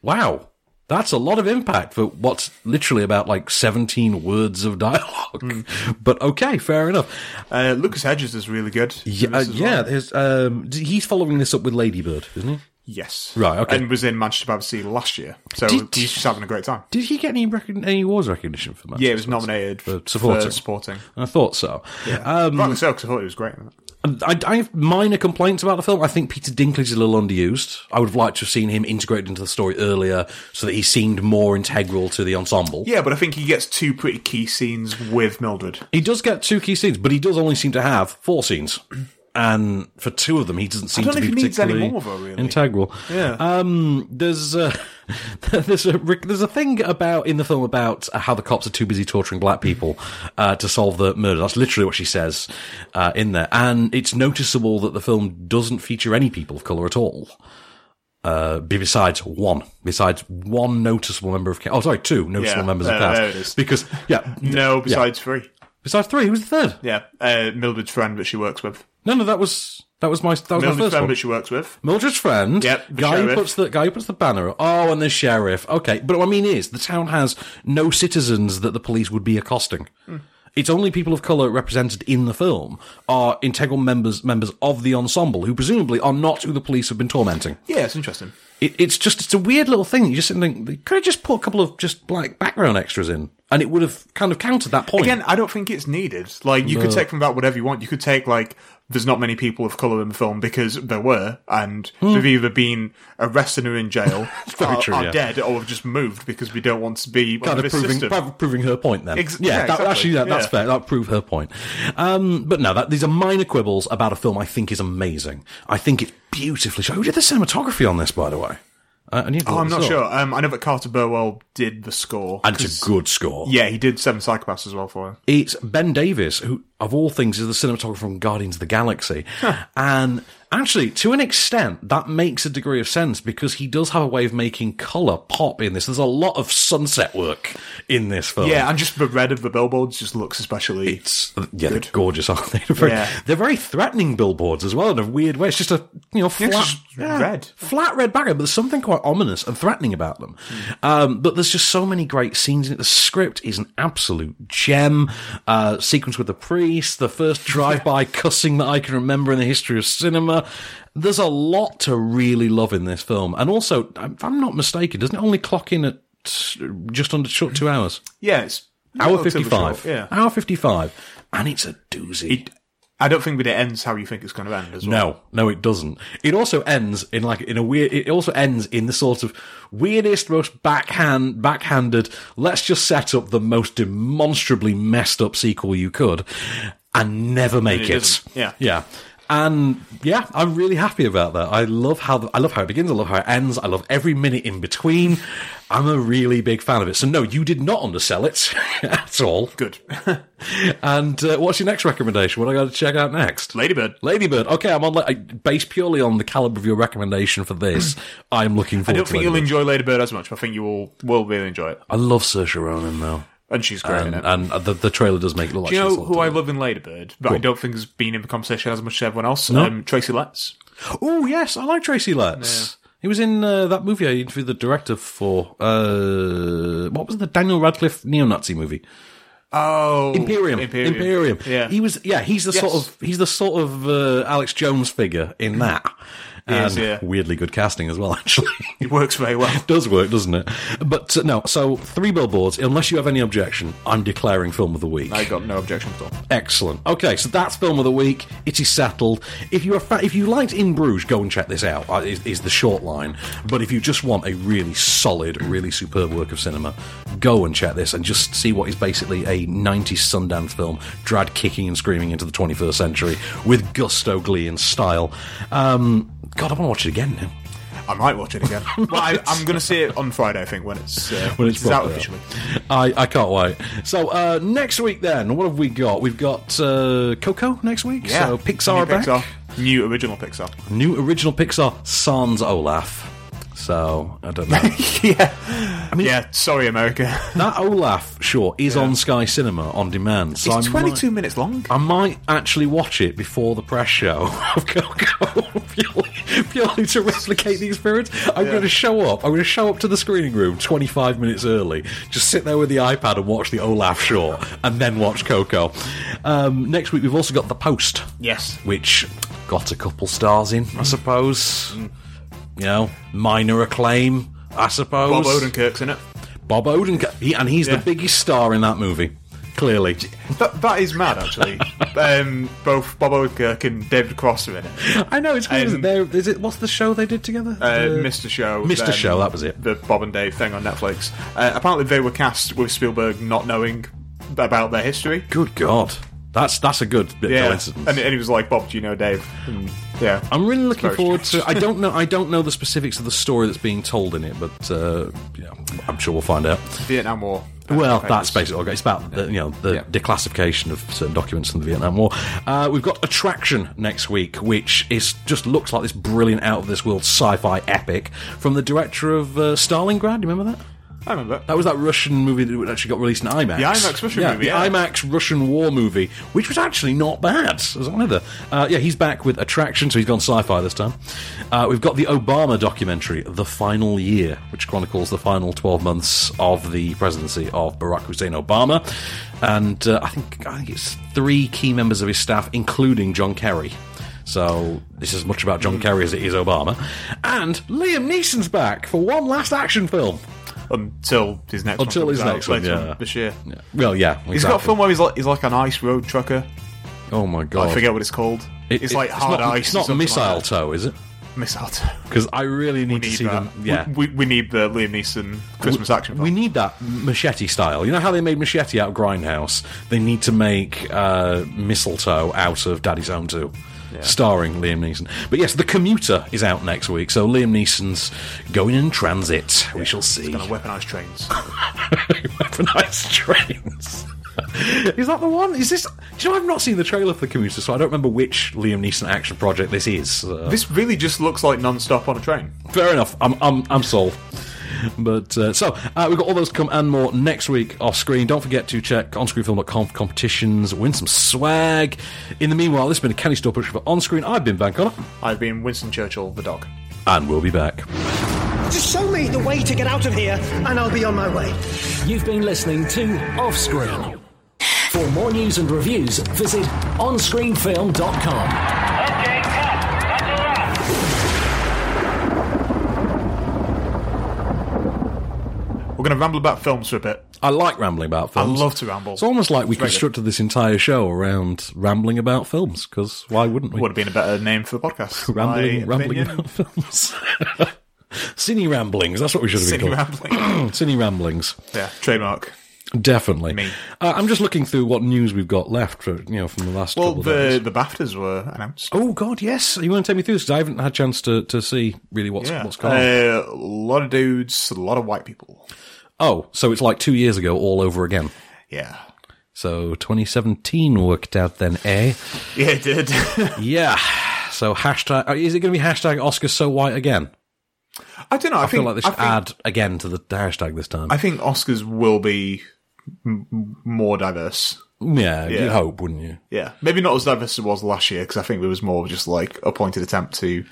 A: wow, that's a lot of impact for what's literally about like 17 words of dialogue. But okay, fair enough.
B: uh, Lucas Hedges is really good. in
A: Yeah, uh,
B: this as well.
A: yeah there's, um, d- he's following this up with Ladybird, isn't he?
B: yes,
A: Right, okay.
B: and was in Manchester by the Sea last year, so
A: Did-
B: he's just having a great time.
A: Did he get any, recogn any awards recognition for that?
B: Yeah, he was nominated for
A: supporting.
B: supporting. For supporting.
A: I thought so. Um,
B: Rightly so, 'cause I thought he was great. in it.
A: I, I have minor complaints about the film. I think Peter Dinklage is a little underused. I would have liked to have seen him integrated into the story earlier so that he seemed more integral to the ensemble.
B: Yeah, but I think he gets two pretty key scenes with Mildred.
A: He does get two key scenes, but he does only seem to have four scenes. And for two of them, he doesn't seem
B: don't
A: to
B: know
A: be
B: if he needs any
A: particularly
B: more though, really.
A: integral.
B: Yeah.
A: Um, there's a, there's a there's a thing about in the film about how the cops are too busy torturing black people uh, to solve the murder. That's literally what she says uh, in there, and it's noticeable that the film doesn't feature any people of color at all. Uh, be- besides one, besides one noticeable member of ca- oh sorry, two noticeable
B: Yeah,
A: members of
B: there-
A: cast
B: there it is.
A: because yeah,
B: No, besides three.
A: besides three, who's the third?
B: Yeah, uh, Mildred's friend that she works with.
A: No, no, that was that was my that was my
B: Mildred's
A: first
B: friend
A: one.
B: that she works with.
A: Mildred's friend,
B: Yep, the
A: guy who
B: sheriff.
A: puts the guy who puts the banner. up. Oh, and the sheriff. Okay, but what I mean is the town has no citizens that the police would be accosting. It's only people of color represented in the film are integral members members of the ensemble who presumably are not who the police have been tormenting.
B: Yeah, it's interesting.
A: It, it's just it's a weird little thing. that You just sit and think they could have just put a couple of just black background extras in, and it would have kind of countered that point.
B: Again, I don't think it's needed. Like, you could take from that whatever you want. You could take, like, there's not many people of colour in the film because there were, and they've either been arrested or in jail,
A: Hmm. very
B: are,
A: true,
B: are
A: yeah.
B: dead, or have just moved because we don't want to be
A: kind
B: under
A: of
B: this
A: proving
B: system.
A: prov- proving her point then.
B: Ex-
A: yeah,
B: yeah,
A: that,
B: exactly.
A: actually, that, that's
B: Yeah.
A: fair. That prove her point. Um, but no, that, these are minor quibbles about a film I think is amazing. I think it's beautifully shot. Who did the cinematography on this, by the way? Uh, and you
B: Oh, I'm not sure. Um, I know that Carter Burwell did the score.
A: And it's
B: 'cause-
A: a good score.
B: Yeah, he did Seven Psychopaths as well for him.
A: It's Ben Davis, who, of all things, is the cinematographer from Guardians of the Galaxy. And Actually, to an extent, that makes a degree of sense because he does have a way of making color pop in this. There's a lot of sunset work in this film.
B: Yeah, and just the red of the billboards just looks especially.
A: Oh. It's yeah, they're gorgeous, aren't they? They're very,
B: Yeah.
A: they're very threatening billboards as well in a weird way. It's just a you know flat
B: just red.
A: flat red background, but there's something quite ominous and threatening about them. Um, but there's just so many great scenes in it. The script is an absolute gem. Uh, sequence with the priest, the first drive-by cussing that I can remember in the history of cinema. There's a lot to really love in this film, and also, if I'm not mistaken, doesn't it only clock in at just under short two hours?
B: yeah, it's
A: Hour
B: relatively
A: fifty-five.
B: short, Yeah,
A: hour fifty-five, and it's a doozy.
B: It- I don't think that it ends how you think it's going to end as well.
A: No, no, it doesn't. It also ends in like in a weird. It also ends in the sort of weirdest, most backhand, backhanded. Let's just set up the most demonstrably messed up sequel you could, and never make
B: it
A: it.
B: doesn't. Yeah.
A: yeah. And yeah, I'm really happy about that. I love how the, I love how it begins. I love how it ends. I love every minute in between. I'm a really big fan of it. So no, you did not undersell it at all.
B: Good.
A: And uh, what's your next recommendation? What I got to check out next?
B: Ladybird.
A: Ladybird. Okay, I'm on. la- I- Based purely on the caliber of your recommendation for this, I'm looking
B: I
A: forward.
B: don't
A: to
B: think you'll
A: Ladybird.
B: enjoy Ladybird as much, but I think you will will really enjoy it.
A: I love Saoirse Ronan though,
B: And she's great
A: and,
B: in it.
A: and uh, the, the trailer does make it look
B: Do you
A: like.
B: know
A: she's
B: who I
A: sort
B: love in Ladybird, but I don't think has been in the conversation as much as everyone else?
A: No.
B: Um, Tracy Letts.
A: of- Oh yes, I like Tracy Letts. He was in uh, that movie I interviewed the director for. Uh, what was the Daniel Radcliffe neo-Nazi movie?
B: Oh,
A: Imperium. Imperium.
B: Yeah,
A: He was. Yeah, he's the
B: Yes.
A: sort of he's the sort of uh, Alex Jones figure in that. And
B: is, yeah.
A: weirdly good casting as well, actually.
B: It works very well.
A: does work, doesn't it? But uh, no, so three billboards. Unless you have any objection, I'm declaring film of the week.
B: I got no objection at all.
A: Excellent. Okay, so that's film of the week. It is settled. If you are fa- if you liked In Bruges, go and check this out. uh, Is, is the short line. But if you just want a really solid, really superb work of cinema, go and check this and just see what is basically a '90s Sundance film, drag kicking and screaming into the 21st century with gusto, glee, and style. Um, God, I want to watch it again now.
B: I might watch it again. well, I, I'm going to see it on Friday, I think, when it's uh,
A: when it's,
B: it's out
A: proper.
B: officially.
A: I, I can't wait. So uh, next week, then, what have we got? We've got uh, Coco next week. So Pixar
B: new
A: are back.
B: Pixar, new original Pixar.
A: New original Pixar, Sans Olaf. So I don't know.
B: yeah, sorry, America.
A: that Olaf short is on Sky Cinema on demand. So
B: it's
A: I
B: 22
A: might,
B: minutes long.
A: I might actually watch it before the press show of Coco, purely, purely to replicate the experience. I'm going to show up. I'm going to show up to the screening room 25 minutes early, just sit there with the iPad and watch the Olaf short, and then watch Coco. Um, next week, we've also got The Post.
B: Yes.
A: Which got a couple stars in, I suppose. You know, minor acclaim, I suppose.
B: Bob Odenkirk's in it.
A: Bob Odenkirk. He, and he's
B: Yeah.
A: the biggest star in that movie, clearly.
B: That, that is mad, actually. um, both Bob Odenkirk and David Cross are in it.
A: I know it's crazy.
B: Um,
A: They're- is it what's the show they did together?
B: Uh,
A: The-
B: Mr. Show.
A: Mr.
B: then
A: Show, that was it.
B: The Bob and Dave thing on Netflix. Uh, apparently, they were cast with Spielberg not knowing about their history.
A: Good God, that's that's a good bit
B: Yeah,
A: coincidence. Hmm.
B: and, and he was like, "Bob, do you know Dave?" And, yeah,
A: I'm really looking
B: Very
A: forward to.
B: strange.
A: I don't know. I don't know the specifics of the story that's being told in it, but uh, yeah, I'm sure we'll find out.
B: Vietnam War.
A: Well,
B: Okay,
A: that's
B: just-
A: basically okay. It's about the, you know the declassification of certain documents from the Vietnam War. Uh, we've got Attraction next week, which is just looks like this brilliant, out of this world sci-fi epic from the director of uh, Stalingrad. Do you remember that?
B: I remember.
A: That was that Russian movie that actually got released in IMAX.
B: The IMAX Russian
A: yeah,
B: movie,
A: The
B: yeah.
A: IMAX Russian war movie, which was actually not bad. It was one of the. Uh, yeah, he's back with Attraction, so he's gone sci fi this time. Uh, we've got the Obama documentary, The Final Year, which chronicles the final 12 months of the presidency of Barack Hussein Obama. And uh, I, think, I think it's three key members of his staff, including John Kerry. So this is as much about
B: Hmm.
A: John Kerry as it is Obama. And Liam Neeson's back for one last action film.
B: until his next
A: Until
B: one comes
A: his
B: out
A: next one,
B: later
A: yeah.
B: this year.
A: Yeah. Well, yeah.
B: He's got a film where he's like he's like an ice road trucker.
A: Oh my god!
B: I forget what it's called.
A: It-
B: it's
A: it-
B: like hard
A: not,
B: ice.
A: It's
B: or
A: not
B: something like
A: missile
B: that.
A: toe, is it?
B: missile.
A: Because I really need,
B: We
A: to
B: need
A: see
B: that.
A: them. Yeah,
B: we, we, we need the Liam Neeson Christmas action.
A: We
B: film.
A: need that machete style. You know how they made machete out of Grindhouse? They need to make uh, mistletoe out of Daddy's Home Too. Starring Liam Neeson. But yes, The Commuter is out next week, so Liam Neeson's going in transit. We shall see.
B: Weaponized trains.
A: Weaponized trains. Is that the one? Is this? Do you know I've not seen the trailer for the commuter, so I don't remember which Liam Neeson action project this is. so-
B: This really just looks like non-stop on a train.
A: Fair enough. I'm I'm I'm sold. But uh, so uh, we've got all those to come and more next week off screen. Don't forget to check onscreenfilm.com for competitions, win some swag. In the meanwhile, this has been a candy store push for on screen. I've been Van Connor,
B: I've been Winston Churchill, the dog.
A: and we'll be back.
I: Just show me the way to get out of here, and I'll be on my way.
C: You've been listening to Offscreen. For more news and reviews, visit onscreenfilm.com.
J: Okay, cut. That's a wrap.
B: We're going to ramble about films for a bit.
A: I like rambling about films.
B: I love to ramble.
A: It's almost like we
B: very good.
A: constructed this entire show around rambling about films, because why wouldn't we?
B: Would have been a better name for the podcast.
A: rambling,
B: My
A: rambling
B: opinion,
A: about films. Cine ramblings. That's what we should have been
B: Cine
A: called.
B: rambling.
A: Cine ramblings.
B: yeah, trademark.
A: Definitely.
B: Me.
A: Uh, I'm just looking through what news we've got left, for, you know, from the last
B: Well,
A: couple of
B: the
A: days.
B: the Baftas were announced.
A: Oh God, yes. You want to take me through this? 'Cause I haven't had a chance to, to see really what's
B: yeah, uh,
A: what's
B: a
A: gone. on.
B: lot of dudes, a lot of white people.
A: oh, so it's like two years ago, all over again.
B: Yeah,
A: So 2017 worked out then, eh?
B: yeah, it did.
A: Yeah. So hashtag uh, is it going to be hashtag Oscar so white again?
B: I don't know. I,
A: I feel
B: think
A: like they
B: I
A: should
B: think,
A: add again to the hashtag this time.
B: I think Oscars will be m- more diverse.
A: yeah,
B: yeah.
A: you'd hope, wouldn't you?
B: Yeah, maybe not as diverse as it was last year because I think there was more just like a pointed attempt to.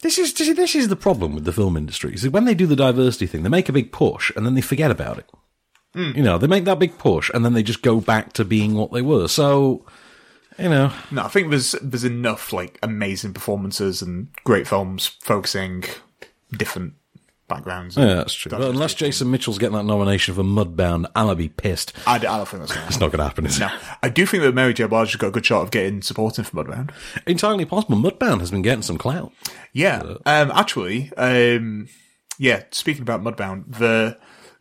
A: This is this is- this is the problem with the film industry. Is that when they do the diversity thing, they make a big push and then they forget about it. You know, they make that big push and then they just go back to being what they were. So, you know,
B: No, I think there's there's enough like amazing performances and great films focusing different backgrounds.
A: yeah, that's true. But unless Jason Mitchell's getting that nomination for Mudbound, I'm gonna be pissed.
B: I, d- I don't think that's gonna happen.
A: It's not gonna happen. Is
B: No, I do think that Mary J. Blige has got a good shot of getting supporting for Mudbound.
A: it? entirely possible. Mudbound has been getting some clout.
B: Yeah, um, actually, um, yeah. Speaking about Mudbound, the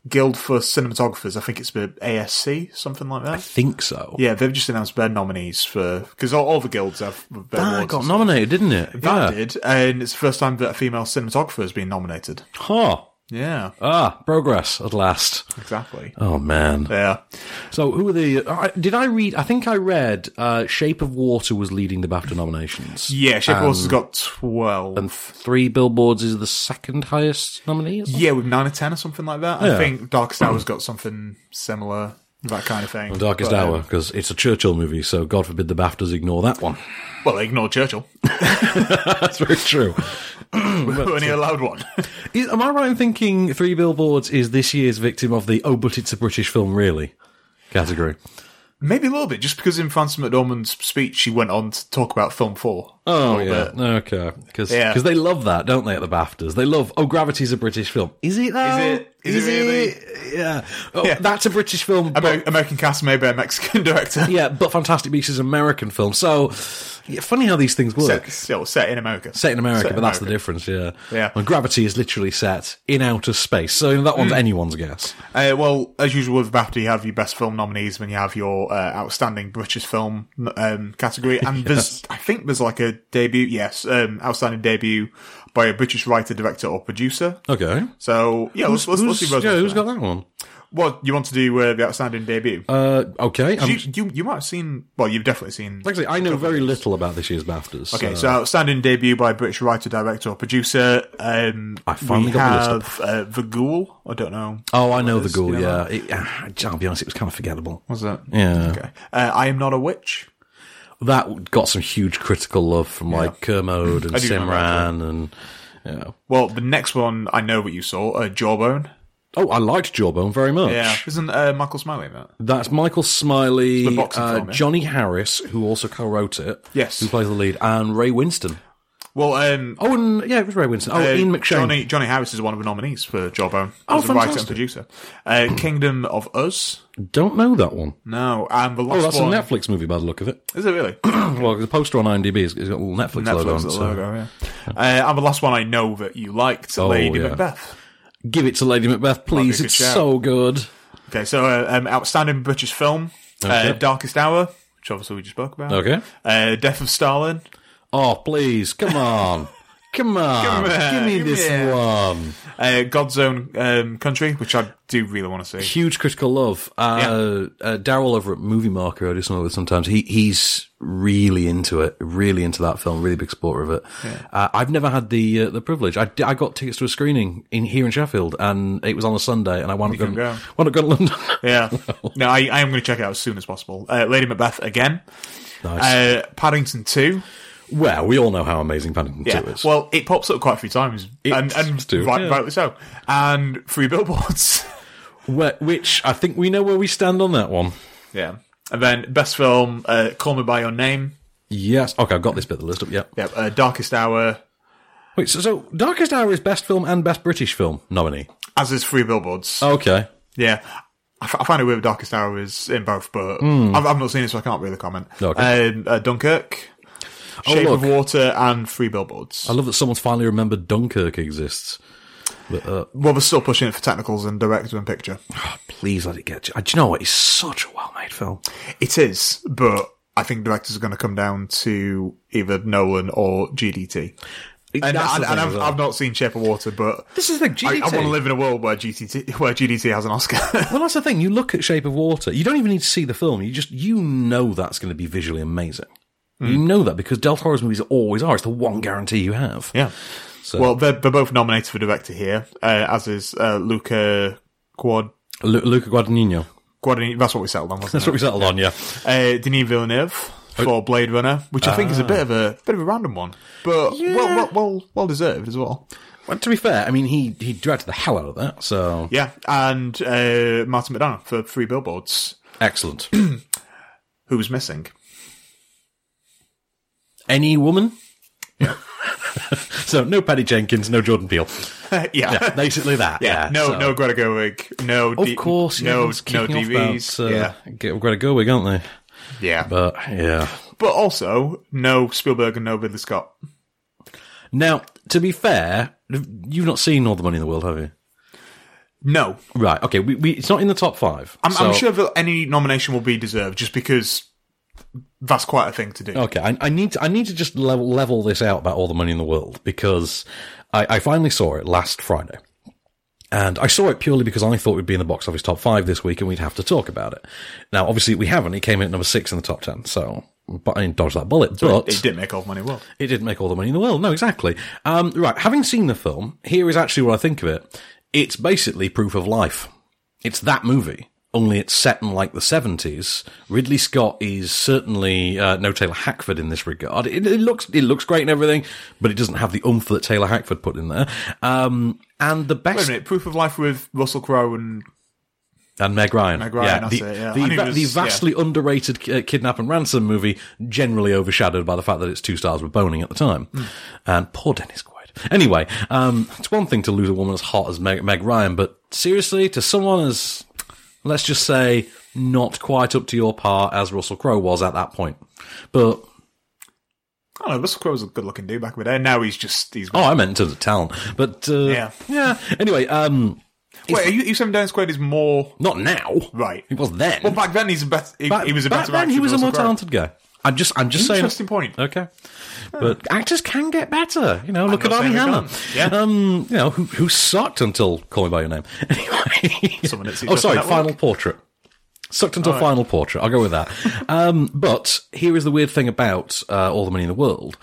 B: Guild for Cinematographers, I think it's the ASC, something like
A: I
B: that.
A: think so.
B: Yeah, they've just announced their nominees for because all, all the guilds have their
A: that
B: awards
A: got
B: and stuff.
A: nominated, didn't it? yeah.
B: That did, and it's the first time that a female cinematographer has been nominated.
A: Huh.
B: Yeah,
A: Ah, progress at last.
B: exactly.
A: Oh man.
B: Yeah,
A: So who are the? I did I read? I think I read. Uh, Shape of Water was leading the BAFTA nominations.
B: yeah. Shape um, has got twelve.
A: And Three Billboards is the second highest nominee. is it?
B: yeah, with nine or ten or something like that.
A: Yeah.
B: I think Darkest Hour's got something similar, that kind of thing.
A: Darkest
B: But, um,
A: Hour because it's a Churchill movie, so God forbid the BAFTAs ignore that one.
B: well, they ignored Churchill
A: That's very true.
B: when he allowed one.
A: Is, am I right in thinking Three Billboards is this year's victim of the "Oh, but it's a British film, really" category?
B: Maybe a little bit, just because in Frances McDormand's speech she went on to talk about film four.
A: Oh
B: a little
A: yeah,
B: bit.
A: okay. Because
B: uh, Yeah.
A: they love that, don't they? At the BAFTAs, they love. Oh, Gravity's a British film. Is it though?
B: it? Is it really?
A: it? Yeah. Oh,
B: Yeah.
A: That's a British film. but-
B: Amer- American cast made by a Mexican director.
A: yeah, but Fantastic Beasts is an American film. So yeah, funny how these things work.
B: Set, still set in America.
A: Set in America,
B: Set
A: but that's the
B: America.
A: difference. Yeah.
B: Yeah.
A: And Gravity is literally set in outer space, so you know, that
B: Hmm.
A: one's anyone's guess.
B: Uh, well, as usual with BAFTA, you have your best film nominees, and you have your uh, outstanding British film um, category. And there's, I think there's like a debut, yes, um, outstanding debut by a British writer, director, or producer.
A: Okay.
B: So yeah, let's, let's, let's
A: Who's,
B: see. Rose's
A: yeah, who's
B: for
A: got that one?
B: that. What you want to do uh, the outstanding debut?
A: Uh, okay. I'm-
B: you, you you might have seen. Well, you've definitely seen.
A: actually, I know very little about this year's BAFTAs.
B: Okay, so outstanding debut by British writer, director, or producer. Um,
A: I finally
B: we
A: got the
B: have
A: list
B: uh, the Ghoul. I don't know.
A: Oh, I know
B: what
A: the
B: it is,
A: ghoul.
B: you know
A: Yeah,
B: that?
A: It- ah, I'll be honest, it was kind of forgettable.
B: What's that?
A: Yeah.
B: Okay. Uh, I am not a witch.
A: That got some huge critical love from like Kermode and
B: I do remember that
A: Simran and you know.
B: Well, the next one I know what you saw, uh, Jawbone.
A: Oh, I liked Jawbone very much.
B: Yeah, isn't uh, Michael Smiley in that?
A: That's Michael Smiley,
B: It's the boxing
A: uh,
B: film, yeah.
A: Johnny Harris, who also co-wrote it.
B: Yes.
A: who plays the lead, and Ray Winston.
B: Well, um,
A: Oh, and yeah, it was Ray Winston. Oh,
B: uh,
A: Ian McShane.
B: Johnny Johnny Harris is one of the nominees for Jawbone.
A: Oh,
B: as a writer and
A: fantastic.
B: producer. Uh, Kingdom of Us.
A: Don't know that one.
B: No, and the last
A: Oh, that's
B: one
A: a Netflix movie by the look of it.
B: Is it really?
A: well, the poster on IMDb has has got a little Netflix, logo on
B: Netflix
A: it.
B: the
A: so-
B: logo, yeah. Uh, and the last one I know that you liked,
A: Oh,
B: Lady
A: yeah.
B: Macbeth.
A: Give it to Lady Macbeth, please.
B: good
A: It's
B: shout.
A: so good.
B: Okay, so uh, um, outstanding British film, uh,
A: Okay.
B: Darkest Hour, which obviously we just spoke about.
A: Okay.
B: Uh, Death of Stalin.
A: Oh, please, come on. Come on,
B: Come on,
A: give me this
B: yeah.
A: one.
B: Uh, God's Own um, Country, which I do really want to see.
A: Huge critical love. Uh, uh, Daryl over at Movie Marker, I do something with sometimes. He he's really into it, really into that film, really big supporter of it. Uh, I've never had the uh, the privilege. I, di- I got tickets to a screening in here in Sheffield, and it was on a Sunday, and I wound up going,
B: couldn't go.
A: wound up going to London.
B: Yeah. No, I, I am going to check it out as soon as possible. Uh, Lady Macbeth again. Nice. Uh, Paddington 2.
A: well, we all know how amazing Paddington
B: Yeah.
A: Two is.
B: Well, it pops up quite a few times.
A: It
B: and and
A: do,
B: right,
A: yeah.
B: rightly so. And Free Billboards.
A: Where- which I think we know where we stand on that one.
B: yeah. And then Best Film, uh, Call Me By Your Name.
A: Yes. Okay, I've got this bit of the list up. Yeah.
B: Yeah, uh, Darkest Hour,
A: Wait. So, so Darkest Hour is best film and best British film nominee.
B: as is Free Billboards.
A: Okay.
B: Yeah. I, f- I find it weird Darkest Hour is in both, but I've, I've not seen it, so I can't really comment.
A: Hmm. Okay. Oh,
B: Um, uh, Dunkirk, Shape of
A: look. Uh,
B: Water, and Free Billboards.
A: I love that someone's finally remembered Dunkirk exists. But, uh,
B: Well, they're still pushing it for technicals and director and picture.
A: please let it get you. Do you know what? It's such a well made film.
B: It is, but I think directors are going to come down to either Nolan or GDT. And, and,
A: That's the
B: and
A: thing
B: I've,
A: as well.
B: I've not seen Shape of Water, but
A: This is the thing,
B: I, I want
A: GDT.
B: to live in a world where GDT where GDT has an Oscar.
A: Well, that's the thing. You look at Shape of Water, you don't even need to see the film. You just, you know that's going to be visually amazing.
B: Hmm.
A: You know that because Del Toro's movies always are. It's the one guarantee you have.
B: yeah. Well, they're, they're both nominated for director here, uh, as is uh, Luca Quad.
A: Lu- Luca Guadagnino.
B: Guadagnino. That's what we settled on, wasn't
A: That's what Oh. we
B: it?
A: settled on, yeah.
B: Uh, Denis Villeneuve for Blade Runner, which I think is a
A: Ah.
B: bit of a bit of a random one, but well, well, well, well deserved as well.
A: Well, to be fair, I mean, he, he directed the hell out of that, so.
B: Yeah, and uh, Martin McDonough for Three Billboards.
A: Excellent.
B: Who was missing?
A: Any woman? so, no Patty Jenkins, no Jordan Peele.
B: yeah.
A: Yeah,
B: yeah.
A: basically that. Yeah.
B: no,
A: so-
B: no Greta Gerwig, no,
A: Of
B: D-
A: course, yeah,
B: no, no
A: everyone's kicking off
B: DVs,
A: about, uh,
B: yeah,
A: get, we've got a Gerwig, aren't they?
B: yeah, but,
A: But yeah.
B: also no Spielberg and no Ridley Scott.
A: Now, to be fair, you've not seen all the money in the world, have you?
B: No,
A: Right. Okay. We, we it's not in the top five.
B: I'm,
A: so-
B: I'm sure that any nomination will be deserved, just because that's quite a thing to do.
A: Okay. I, I need to, I need to just level level this out about all the money in the world because I, I finally saw it last Friday. And I saw it purely because I thought we'd be in the box office top five this week and we'd have to talk about it. Now, obviously, we haven't. It came in at number six in the top ten, so but I didn't dodge that bullet. but
B: It didn't make all the money well.
A: It didn't make all the money in the world. No, exactly. Um, right. Having seen the film, here is actually what I think of it. It's basically proof of life. It's that movie, only it's set in like the 70s. Ridley Scott is certainly uh, no Taylor Hackford in this regard. It, it looks it looks great and everything, but it doesn't have the oomph that Taylor Hackford put in there. Um, and the
B: Wait a
A: best
B: minute, Proof of Life with Russell Crowe and
A: and Meg Ryan,
B: Meg Ryan,
A: the,
B: that's it, yeah.
A: the,
B: I knew it
A: va-
B: was-
A: the
B: yeah.
A: vastly underrated uh, kidnap and ransom movie, generally overshadowed by the fact that its two stars were boning at the time,
B: Hmm.
A: and poor Dennis Quaid. Anyway, um, it's one thing to lose a woman as hot as Meg, Meg Ryan, but seriously, to someone as let's just say not quite up to your par as Russell Crowe was at that point, but
B: I don't know. Russell Crowe was a good-looking dude back in the day. Now he's just he's.
A: oh, I meant in terms of talent, but uh,
B: Yeah.
A: yeah. Anyway, um,
B: Wait, are you, you saying Dan Squared is more
A: not now,
B: Right.
A: It was then.
B: well back then? He's a better. He,
A: Back-
B: he was a
A: back
B: better
A: then
B: actor
A: he
B: than
A: was a
B: Russell
A: more
B: Crowe.
A: talented guy. I'm just, I'm just saying.
B: Interesting point.
A: Okay. But Hmm. actors can get better. You know, look at
B: not
A: Arnie
B: saying they
A: Hammer.
B: can't. Yeah.
A: Um, you know, who, who sucked until Call Me By Your Name. Anyway.
B: Someone that sees
A: oh,
B: us
A: sorry,
B: on that
A: Final
B: walk.
A: Portrait. Sucked until Final Portrait. I'll go with that. um, but here is the weird thing about uh, All the Money in the World.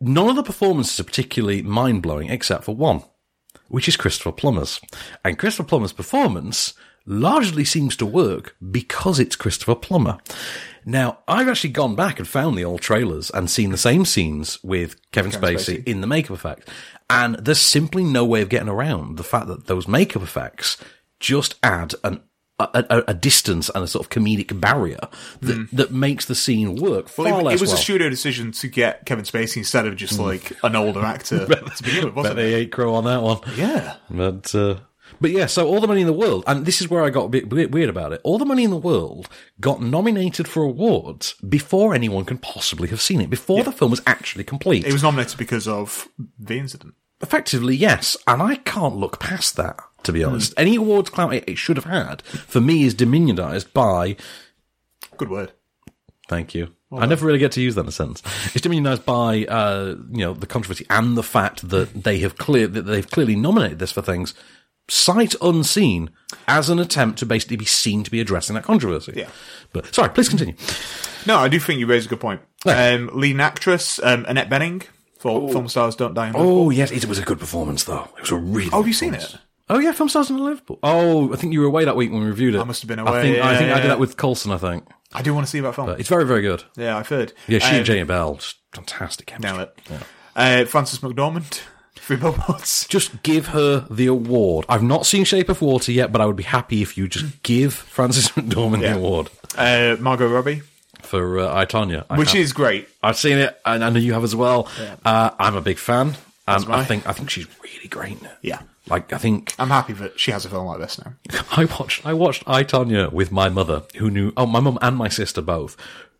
A: None of the performances are particularly mind blowing except for one, which is Christopher Plummer's. And Christopher Plummer's performance largely seems to work because it's Christopher Plummer. Now, I've actually gone back and found the old trailers and seen the same scenes with Kevin, Spacey, in the makeup effect. And there's simply no way of getting around the fact that those makeup effects just add an a, a, a distance and a sort of comedic barrier that, that makes the scene work far
B: Well, it,
A: less
B: it
A: Hmm. well.
B: was
A: Hmm.
B: a studio decision to get Kevin Spacey instead of just like an older actor to begin
A: Bet
B: with, wasn't
A: they
B: it?
A: ate crow on that one.
B: Yeah.
A: But uh, but yeah, so all the money in the world, and this is where I got a bit, bit weird about it. All the money in the world got nominated for awards before anyone can possibly have seen it, before the film was actually complete.
B: It was nominated because of the incident.
A: Effectively, yes, and I can't look past that. To be honest, any awards clout it, it should have had for me is dominionized by.
B: Good word.
A: Thank you. I never really get to use that in a sentence. It's diminuted by uh, you know the controversy and the fact that they have clear that they've clearly nominated this for things sight unseen as an attempt to basically be seen to be addressing that controversy.
B: Yeah.
A: But sorry, please continue.
B: No, I do think you raise a good point. Um, leading actress um, Annette Benning for Film Stars Don't Die in Liverpool.
A: Oh yes, it was a good performance though. It was a really.
B: Oh,
A: good
B: have you seen
A: performance.
B: it?
A: Oh yeah, film stars in Liverpool. Oh, I think you were away that week when we reviewed it. I
B: must have been
A: I
B: away,
A: think, I,
B: yeah,
A: think I
B: yeah,
A: did
B: yeah.
A: that with Colson. I think
B: I do want to see that film.
A: but it's very very good.
B: yeah, I've heard.
A: Yeah, she
B: Um,
A: and Jane Bell, just fantastic chemistry.
B: Nail it. Uh, Francis McDormand, Three Billboards.
A: Just give her the award. I've not seen Shape of Water yet, but I would be happy if you just give Frances McDormand
B: Yeah.
A: the award
B: Uh, Margot Robbie,
A: for uh, I Tonya, I
B: which
A: have-
B: is great.
A: I've seen it, and I know you have as well. Uh, I'm a big fan, and I
B: mine.
A: think I think she's really great. in it.
B: Yeah.
A: like I think
B: I'm happy that she has a film like this now.
A: I watched I watched I Tonya with my mother, who knew oh my mum and my sister both,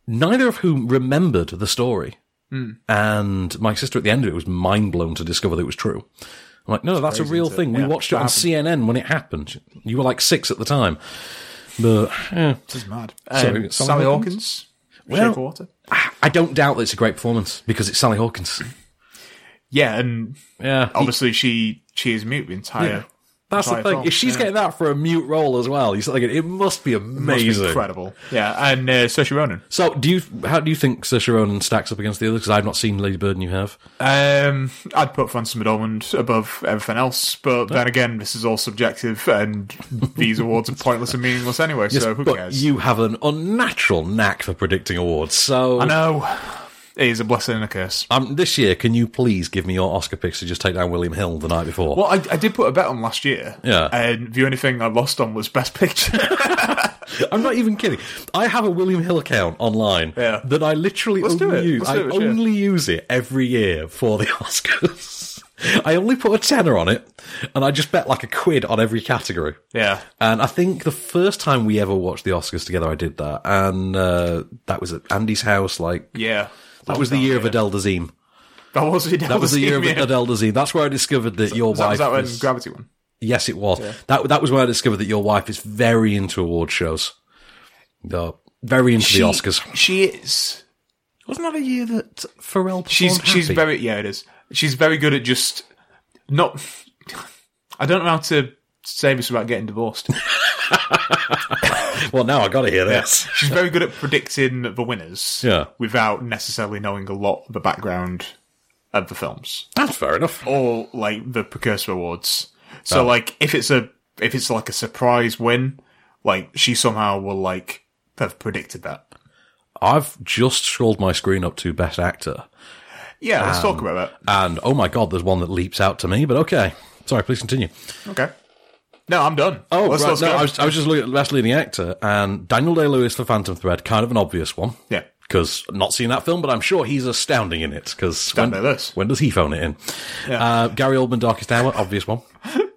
A: neither of whom remembered the story.
B: Hmm.
A: And my sister at the end of it was mind blown to discover that it was true. I'm like, no, no, that's a
B: crazy,
A: real
B: isn't it?
A: thing. We
B: Yeah,
A: watched it
B: that
A: on CNN when it happened. You were like six at the time, but yeah.
B: This is mad.
A: Sorry, Sally
B: Um, Sally
A: Hawkins?
B: Hawkins,
A: Well-
B: Shape of Water.
A: I don't doubt that it's a great performance because it's Sally Hawkins.
B: Yeah, and
A: Yeah,
B: obviously she she is mute the entire.
A: that's the
B: entire
A: thing.
B: film,
A: If she's
B: yeah.
A: getting that for a mute role as well, you start thinking it must be
B: Must
A: amazing,
B: be incredible. Yeah, and uh, Saoirse Ronan.
A: So, do you how do you think Sir Sharon stacks up against the others? Because I've not seen Lady Bird, and you have.
B: Um, I'd put Francis McDormand above everything else, but then again, this is all subjective, and these awards are pointless and meaningless anyway. so who
A: but
B: cares?
A: you have an unnatural knack for predicting awards. So,
B: I know it is a blessing and a curse.
A: um, this year, can you please give me your Oscar picks to just take down William Hill the night before?
B: Well, I, I did put a bet on last year.
A: Yeah.
B: And the only thing I lost on was Best Picture.
A: I'm not even kidding. I have a William Hill account online
B: Yeah.
A: that I literally
B: Let's do
A: only
B: it.
A: use.
B: Let's do it,
A: I
B: sure.
A: only use it every year for the Oscars. I only put a tenner on it, and I just bet like a quid on every category.
B: yeah.
A: And I think the first time we ever watched the Oscars together, I did that, and uh, that was at Andy's house. Like
B: Yeah.
A: that was the year of Adele Dazeem.
B: That was the,
A: That was the year of
B: yeah.
A: Adele Dazeem. That's where I discovered that your
B: Was that, was
A: wife.
B: that when
A: is-
B: Gravity won?
A: yes, it was. That that was where I discovered that your wife is very into award shows. Uh, very into the Oscars.
B: She is.
A: Wasn't that a year that Pharrell? Performed
B: She's she's
A: Happy?
B: very yeah it is. She's very good at just not. I don't know how to say this without getting divorced.
A: well. Now I got to hear this.
B: She's very good at predicting the winners.
A: Yeah.
B: Without necessarily knowing a lot of the background of the films.
A: That's fair enough.
B: all like the precursor awards. So
A: Oh.
B: like if it's a if it's like a surprise win, like she somehow will like have predicted that.
A: I've just scrolled my screen up to Best Actor,
B: Yeah, let's
A: Um,
B: talk about
A: and oh my god, there's one that leaps out to me. But okay, sorry. Please continue.
B: that. Okay. No, I'm done.
A: Oh,
B: let's,
A: right.
B: let's
A: no,
B: go.
A: I was, I was just looking at Best Leading Actor, and Daniel Day Lewis for Phantom Thread, kind of an obvious one.
B: Yeah.
A: Because not seen that film, but I'm sure he's astounding in it. Because when,
B: Day-Lewis.
A: when does he phone it in? Uh, Gary Oldman, Darkest Hour, obvious one.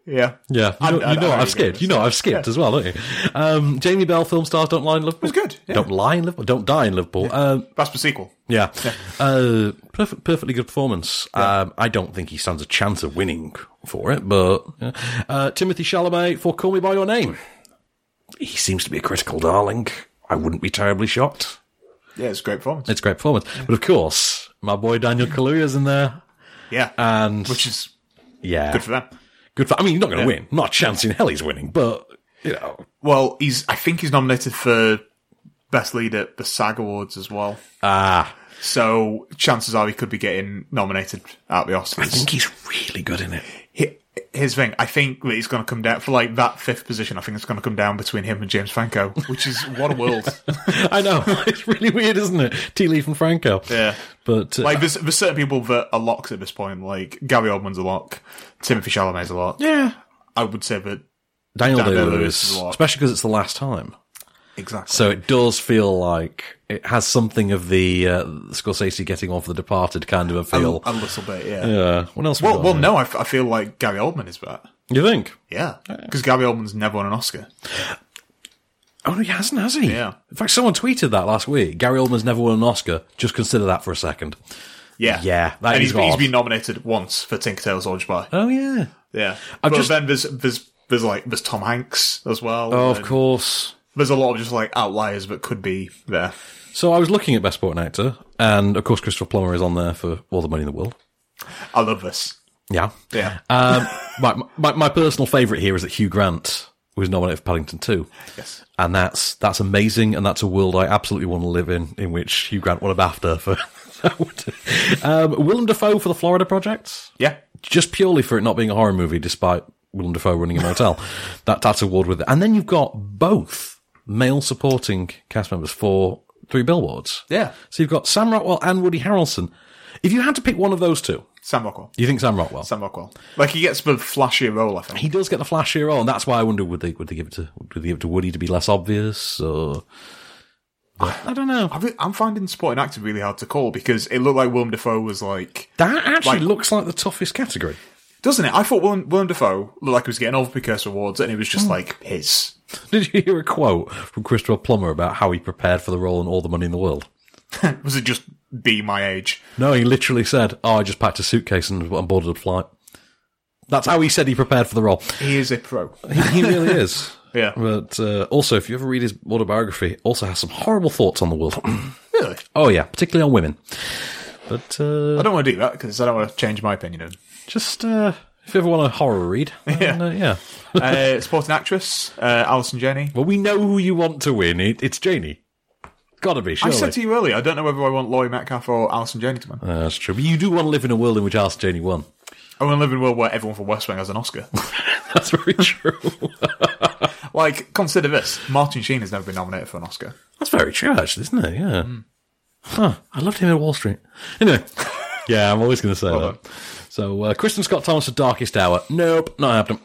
B: yeah.
A: Yeah, you know,
B: I-
A: you know
B: I- I
A: I've
B: already
A: skipped.
B: did
A: You know I've skipped as well, don't you? Um, Jamie Bell, film stars, don't lie in Liverpool.
B: was good, yeah.
A: Don't lie in Liverpool. Don't die in Liverpool. Yeah, um,
B: That's the sequel.
A: yeah. Uh, perfect, perfectly good performance. Um, I don't think he stands a chance of winning for it, but yeah. uh, Timothy Chalamet for Call Me by Your Name. He seems to be a critical darling. I wouldn't be terribly shocked.
B: Yeah, it's a great performance.
A: It's a great performance, but of course, my boy Daniel Kaluuya's in there,
B: yeah.
A: and
B: which is
A: yeah,
B: good for them.
A: Good for. I mean, he's not going to
B: Yeah.
A: win. Not a chance in hell he's winning, but you know.
B: Well, he's I think he's nominated for Best Lead at the SAG Awards as well.
A: Ah,
B: So chances are he could be getting nominated at the Oscars.
A: I think he's really good in it.
B: He- Here's the thing. I think that he's going to come down for like that fifth position. I think it's going to come down between him and James Franco, which is what a world.
A: I know it's really weird, isn't it? Tea Leaf and Franco.
B: Yeah.
A: but uh,
B: like there's, there's certain people that are locks at this point. Like Gary Oldman's a lock, Timothy Chalamet's a lock.
A: yeah,
B: I would say that
A: Daniel Day
B: Daniel Day-Lewis
A: Lewis,
B: is a lot.
A: especially because it's the last time.
B: exactly.
A: So it does feel like it has something of the uh, Scorsese getting off the Departed kind of a
B: a,
A: feel.
B: a little bit, yeah.
A: yeah. Um, uh, What else? we
B: Well,
A: got
B: well,
A: here?
B: no, I, f- I feel like Gary Oldman is that.
A: You think?
B: Yeah, because Gary Oldman's never won an Oscar.
A: Oh, he hasn't, has he?
B: Yeah.
A: In fact, someone tweeted that last week. Gary Oldman's never won an Oscar. Just consider that for a second.
B: Yeah,
A: Yeah, that
B: and
A: is
B: he's, he's
A: odd.
B: been nominated once for Tinker Tailor Soldier Spy.
A: Oh yeah.
B: Yeah,
A: I've
B: but
A: just-
B: then there's there's there's like there's Tom Hanks as well.
A: Oh, of
B: and-
A: course.
B: There's a lot of just like outliers that could be there.
A: So I was looking at Best Supporting Actor, and of course Christopher Plummer is on there for all the money in the world.
B: I love this.
A: Yeah.
B: Yeah.
A: Um, my, my, my personal favourite here is that Hugh Grant was nominated for Paddington 2.
B: Yes.
A: And that's that's amazing, and that's a world I absolutely want to live in, in which Hugh Grant won a BAFTA for that. would- um, Willem Dafoe for the Florida Project,
B: Yeah.
A: just purely for it not being a horror movie, despite Willem Dafoe running a motel. that, that's award with it. And then you've got both male supporting cast members for Three Billboards.
B: Yeah.
A: So you've got Sam Rockwell and Woody Harrelson. If you had to pick one of those two,
B: Sam Rockwell.
A: you think Sam Rockwell?
B: Sam Rockwell. Like he gets the flashier role, I think.
A: he does get the flashier role, and that's why I wonder would they would they give it to would they give it to Woody to be less obvious or I don't know.
B: I re- I'm finding supporting actor really hard to call because it looked like Willem Dafoe was like,
A: That actually
B: Like-
A: looks like the toughest category.
B: doesn't it? I thought Willem, Willem Dafoe looked like he was getting all the Precursor Awards, and it was
A: Hmm.
B: just like his.
A: Did you hear a quote from Christopher Plummer about how he prepared for the role and all the money in the world?
B: Was it just be my age?
A: No, he literally said, "Oh, I just packed a suitcase and and boarded a flight." That's how he said he prepared for the role.
B: He is a pro.
A: He, he really is.
B: Yeah.
A: But uh, also, if you ever read his autobiography, also has some horrible thoughts on the world.
B: Really?
A: oh yeah, particularly on women. But uh,
B: I don't want to do that because I don't want to change my opinion. of him.
A: just uh, if you ever want a horror read, yeah. Uh, yeah.
B: Uh, supporting actress, uh, Alison Jenny.
A: Well, we know who you want to win. It, it's Janie. Gotta be,
B: I
A: surely.
B: said to you earlier, I don't know whether I want Laurie Metcalf or Alison Jenny to win.
A: Uh, that's true. But you do want to live in a world in which Alice Janie won.
B: I want to live in a world where everyone from West Wing has an Oscar.
A: That's very true.
B: like, consider this: Martin Sheen has never been nominated for an Oscar.
A: that's very true, actually, isn't it? Yeah. Huh. I loved him at Wall Street. Anyway. Yeah, I'm always going to say that. So, uh, Kristen Scott Thomas for Darkest Hour. Nope, not happening.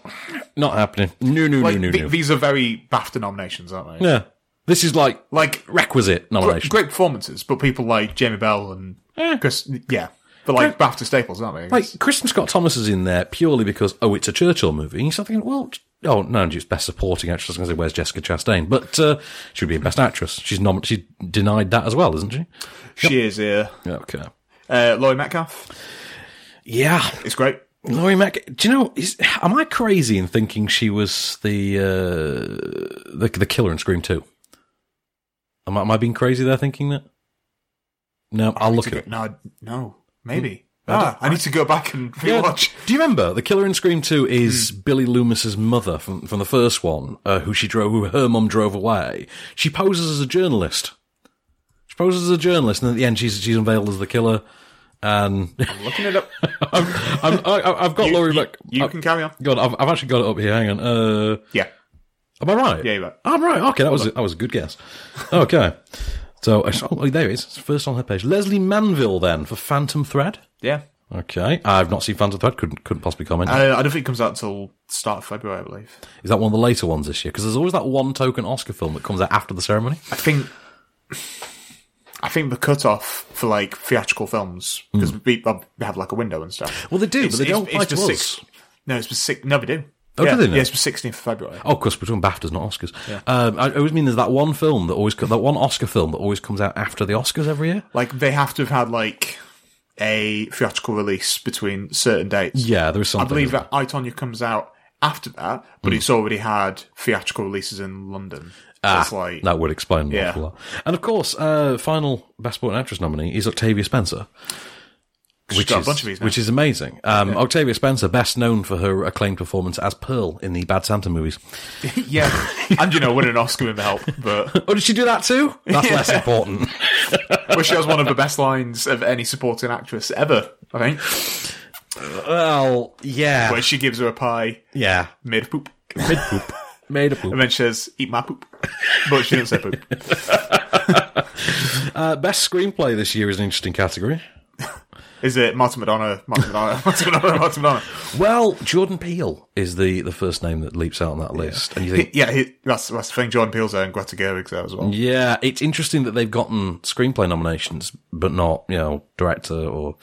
A: Not happening. No, no,
B: Like,
A: no, no,
B: the-
A: no.
B: these are very BAFTA nominations, aren't they?
A: yeah. This is like
B: Like,
A: requisite nomination.
B: great performances, but people like Jamie Bell and Chris, yeah, they're like BAFTA staples, aren't they? I guess?
A: Eh. Like Kristen Scott Thomas is in there purely because oh, it's a Churchill movie. And you start thinking, well, oh no, it's best supporting actress. I was going to say, where's Jessica Chastain? But uh, she would be in best actress. She's nom- she's denied that as well, isn't she?
B: she is here.
A: Okay.
B: Uh, Laurie Metcalf,
A: Yeah,
B: it's great.
A: Laurie Mac. Do you know? Is, am I crazy in thinking she was the uh, the the killer in Scream Two? Am I, am I being crazy there thinking that? No, I'll look at it.
B: No, no, maybe. Ah, I need to go back and
A: Yeah.
B: rewatch.
A: Do you remember the killer in Scream Two is
B: Hmm.
A: Billy Loomis's mother from from the first one, uh, who she drove, who her mum drove away. She poses as a journalist. She poses as a journalist, and at the end, she's she's unveiled as the killer. And
B: Looking it up.
A: I'm, I, I- I've got
B: You-
A: Laurie.
B: you-
A: Mac-
B: you
A: I-
B: can carry on.
A: God, I've, I've actually got it up here. Hang on. Uh,
B: yeah,
A: am I right?
B: Yeah, you're right.
A: I'm right. Okay, that was a, that was a good guess. Okay, so oh, there it is. It's first on her page. Leslie Manville then for Phantom Thread.
B: yeah.
A: Okay, I've not seen Phantom Thread. Couldn't couldn't possibly comment.
B: Uh, I don't think it comes out until start of February, I believe.
A: Is that one of the later ones this year? Because there's always that one token Oscar film that comes out after the ceremony.
B: I think. I think the cutoff for like theatrical films
A: Hmm.
B: because we, uh, we have like a window and stuff.
A: Well, they do, but they don't apply to
B: the
A: us.
B: six- No, it's the six. No, they do.
A: Oh, do
B: yeah,
A: they now?
B: yeah, it's the sixteenth of February.
A: Oh, of course, we're talking BAFTAs, not Oscars. Um, I, I always mean there's that one film that always co- that one Oscar film that always comes out after the Oscars every year.
B: Like they have to have had like a theatrical release between certain dates.
A: Yeah, there is
B: I
A: something.
B: believe
A: isn't
B: that I Tonya comes out after that, but
A: Hmm.
B: it's already had theatrical releases in London.
A: there?
B: it's
A: Ah,
B: like
A: that would explain an
B: Yeah.
A: awful lot. And of course, uh, final Best Supporting Actress nominee is Octavia Spencer. Which
B: got a
A: is,
B: bunch of these now.
A: which is amazing. Um, Octavia Spencer, best known for her acclaimed performance as Pearl in the Bad Santa movies.
B: yeah, and you know, win an Oscar with the help, but
A: Oh, did she do that too? That's less important.
B: but she has one of the best lines of any supporting actress ever. I think
A: Well, yeah,
B: where she gives her a pie
A: yeah.
B: made of poop,
A: Made a poop. Made a poop.
B: and then she says, "Eat my poop," but she didn't say poop.
A: Best screenplay this year is an interesting category.
B: Is it Martin Madonna? Martin Madonna? Martin Madonna? Martin Madonna?
A: Well, Jordan Peele is the, the first name that leaps out on that list, and you
B: He-
A: think,
B: yeah, he, that's that's the thing. Jordan Peele's there and Greta Gerwig's there as well.
A: yeah, it's interesting that they've gotten screenplay nominations, but not you know director or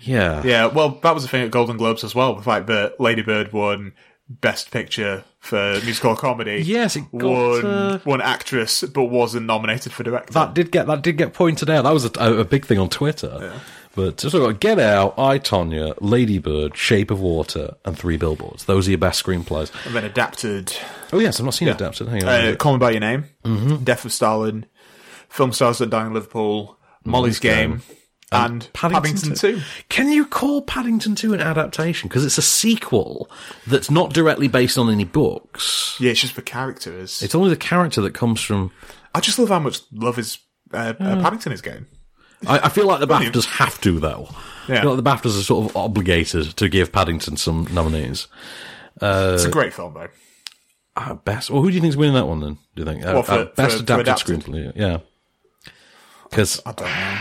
A: yeah,
B: Yeah, well, that was the thing at Golden Globes as well. The fact that Lady Bird won Best Picture for musical comedy.
A: Yes, it got,
B: won
A: uh,
B: won actress, but wasn't nominated for director.
A: That did get that did get pointed out. That was a, a, a big thing on Twitter. But so we've got Get Out, I Tonya, Ladybird, Shape of Water, and Three Billboards. Those are your best screenplays.
B: and then adapted.
A: Oh yes, I've not seen it adapted. Hang on.
B: Uh, Call Me by Your Name, Death of Stalin, Film Stars That Die in Liverpool, Molly's Mm-hmm. Game, and Paddington, Two.
A: Can you call Paddington Two an adaptation? Because it's a sequel that's not directly based on any books.
B: Yeah, it's just for characters.
A: It's only the character that comes from.
B: I just love how much love is uh, uh, Paddington is getting.
A: I, I feel like the BAFTAs have to though.
B: Yeah.
A: I feel like the BAFTAs are sort of obligated to give Paddington some nominees.
B: it's a great film though.
A: Uh, best. Well, who do you think's winning that one then? Do you think? Uh,
B: Well, for-
A: uh, best
B: for- for
A: adapted
B: adapted.
A: screenplay. Yeah. Because
B: I don't know.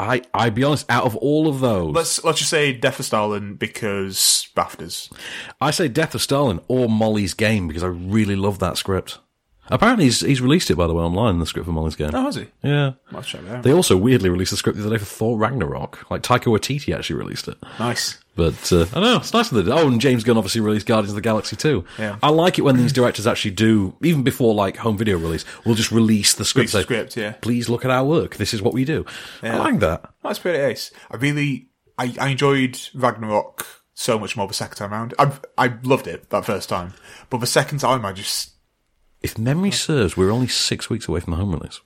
A: I, I be honest, out of all of those,
B: Let's let's just say Death of Stalin because Bafters.
A: I say Death of Stalin or Molly's Game because I really love that script. Apparently, he's, he's released it by the way online. The script for Molly's Game.
B: has he?
A: Yeah.
B: Let's check that out.
A: They also weirdly released a script the other day for Thor Ragnarok. Like Taika Waititi actually released it.
B: Nice.
A: But uh, I don't know. It's nice that they did. Oh, and James Gunn obviously released Guardians of the Galaxy too.
B: Yeah.
A: I like it when these directors actually do, even before like home video release, we'll just release the script.
B: Release the
A: say,
B: script, yeah.
A: Please look at our work. This is what we do. I like that.
B: That's pretty ace. I really, I, I enjoyed Ragnarok so much more the second time round. I I loved it that first time, but the second time I just
A: If memory serves, we're only six weeks away from the home release,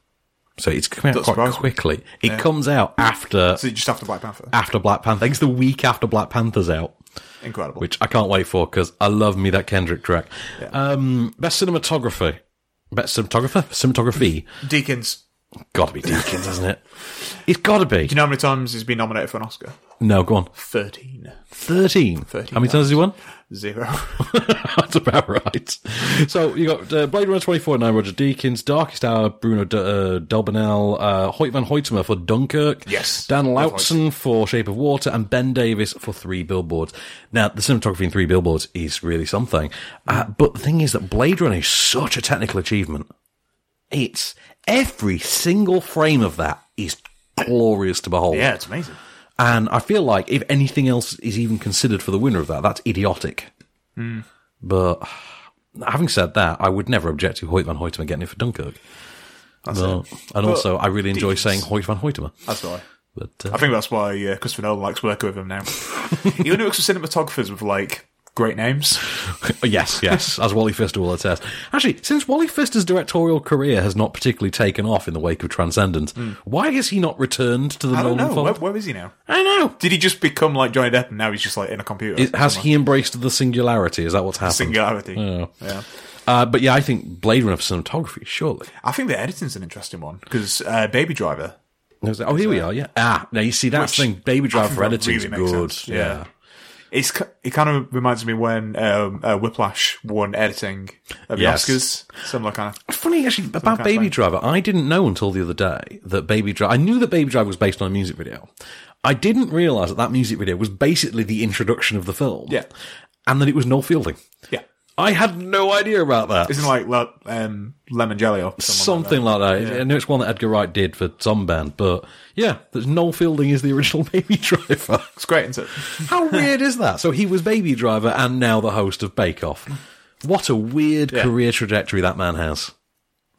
A: so it's coming out
B: Doesn't
A: quite
B: surprise me.
A: quickly. It comes out after
B: so just after Black Panther,
A: after Black Panther. I think it's the week after Black Panther's out.
B: incredible.
A: which I can't wait for because I love me that Kendrick track. Um, best cinematography, best cinematographer, cinematography.
B: Deacons.
A: Got to be Deakins, hasn't it? It's got to be.
B: Do you know how many times he's been nominated for an Oscar?
A: No, go on.
B: 13.
A: Thirteen.
B: 13
A: How many times has he won?
B: Zero.
A: That's about right. So you got uh, Blade Runner twenty four nine. Roger Deakins, Darkest Hour, Bruno D- uh, Delbonnel, uh, Hoyt van Hoytema for Dunkirk.
B: Yes.
A: Dan
B: Love Hoyt.
A: Lautzen for Shape of Water, and Ben Davis for Three Billboards. Now the cinematography in Three Billboards is really something. Uh, but the thing is that Blade Runner is such a technical achievement. It's every single frame of that is glorious to behold.
B: yeah, it's amazing.
A: And I feel like if anything else is even considered for the winner of that, that's idiotic. But having said that, I would never object to Hoyt van Hoytema getting it for Dunkirk. But- And also, I really enjoy saying Hoyt van Hoytema.
B: That's why.
A: But
B: I
A: uh,
B: think that's why uh, Christopher Nolan likes working with him now. he only works with cinematographers with like great names.
A: yes, yes, as Wally Fister will attest. Actually, since Wally Fister's directorial career has not particularly taken off in the wake of Transcendence, why has he not returned to the
B: Hmm. I don't
A: Nolan
B: know.
A: fold?
B: Where, where is he now?
A: I know.
B: Did he just become like Johnny Depp and now he's just like in a computer?
A: Is- has
B: somewhere?
A: he embraced the singularity? Is that what's happened?
B: Singularity.
A: Yeah.
B: Yeah.
A: Uh, but yeah, I think Blade Runner for cinematography, surely.
B: I think the editing's an interesting one because uh, Baby Driver.
A: And I was like, oh, here we are, yeah. Ah, now you see that's the
B: Which
A: thing. Baby
B: I
A: Driver
B: think
A: for
B: that
A: editing is
B: really makes
A: good.
B: sense,
A: Yeah.
B: yeah. It's ki- it kind of reminds me when um, uh, Whiplash won editing at the
A: Yes.
B: Oscars. Similar kind of.
A: Funny actually about
B: of
A: Baby
B: thing.
A: Driver. I didn't know until the other day that Baby Driver. I knew that Baby Driver was based on a music video. I didn't realize that that music video was basically the introduction of the film.
B: Yeah.
A: and that it was Noel Fielding.
B: Yeah.
A: I had no idea about that.
B: Isn't it like le- um, Lemon Jelly or something?
A: Something like that. I know it's one that Edgar Wright did for some band, but yeah, there's Noel Fielding is the original Baby Driver.
B: It's great, isn't it?
A: How weird is that? So he was Baby Driver and now the host of Bake Off. What a weird
B: Yeah.
A: career trajectory that man has.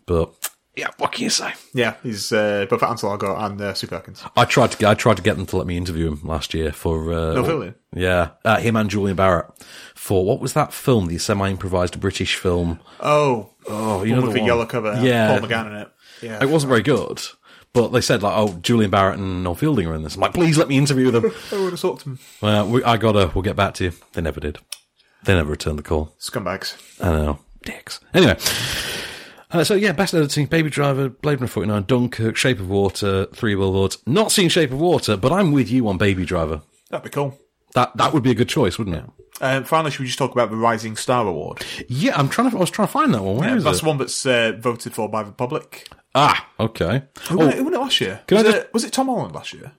A: But yeah, what can you say?
B: Yeah, he's uh, both Ansel Elgort and uh, Sue Perkins.
A: I tried to get, I tried to get them to let me interview him last year for uh,
B: No, really?
A: yeah, uh, him and Julian Barrett for what was that film? The semi-improvised British film.
B: Oh, oh,
A: you know
B: one
A: the
B: with the
A: one.
B: yellow cover.
A: Yeah.
B: Paul McGann in it. Yeah,
A: It wasn't very good, but they said like, oh, Julian Barrett and Noel Fielding are in this. I'm like, please let me interview them.
B: I would have talked to him.
A: well, we, I gotta. We'll get back to you. They never did. They never returned the call.
B: Scumbags.
A: I know. Dicks. Anyway. Uh, so yeah, best editing: Baby Driver, Blade Runner 49, Dunkirk, Shape of Water, Three Billboards. Not seen Shape of Water, but I'm with you on Baby Driver.
B: That'd be cool.
A: That that would be a good choice, wouldn't it?
B: Um, finally, should we just talk about the Rising Star Award?
A: Yeah, I'm trying to. I was trying to find that one. Where is
B: Yeah, that's
A: it?
B: one that's uh, voted for by the public.
A: Ah, okay.
B: Who,
A: Oh,
B: won, it, who won it last year?
A: Can I
B: was,
A: just-
B: it, was it Tom Holland last year?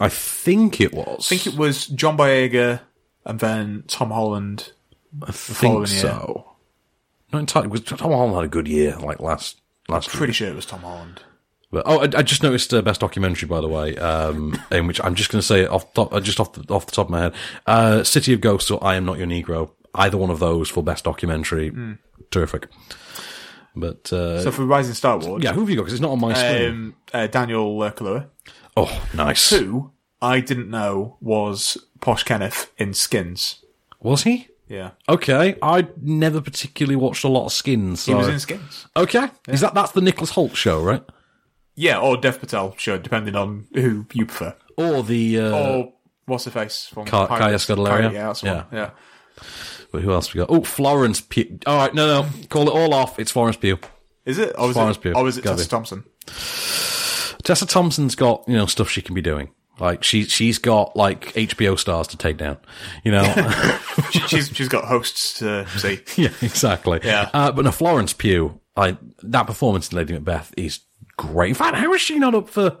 A: I think it was.
B: I think it was John Boyega and then Tom Holland.
A: I
B: following
A: think
B: year.
A: so. Not entirely. Because Tom Holland had a good year, like last last year.
B: Pretty sure it was Tom Holland.
A: But, oh, I, I just noticed uh, best documentary, by the way, um, in which I'm just going to say it off top, uh, just off the, off the top of my head, uh, City of Ghosts or I Am Not Your Negro. either one of those for best documentary.
B: Mm.
A: Terrific. But uh,
B: so for Rising Star Wars,
A: yeah, who have you got? Because it's not on my screen.
B: Um, uh, Daniel uh, Kaluuya.
A: oh, nice.
B: Who I didn't know was Posh Kenneth in Skins.
A: Was he?
B: Yeah,
A: Okay, I never particularly watched a lot of Skins. So.
B: he was in Skins.
A: Okay, is that that's the Nicholas Holt show, right?
B: Yeah, or Dev Patel, sure, depending on who you prefer.
A: Or the uh,
B: or what's the face from
A: Ca-
B: Pirates?
A: Kaya Scodelario?
B: Kaya, Yeah, that's the one. Yeah.
A: But who else we got? Oh, Florence Pugh. All right, no, no, call it all off. It's Florence Pugh.
B: Is it? Or is
A: Florence
B: it,
A: Pugh.
B: or is it
A: Gotta
B: Tessa
A: be.
B: Thompson?
A: Tessa Thompson's got you know stuff she can be doing. Like she she's got like HBO stars to take down. You know,
B: She- she's she's got hosts to see.
A: yeah, exactly.
B: Yeah.
A: Uh, but no, Florence Pugh. I that performance in Lady Macbeth is great. In fact, how is she not up for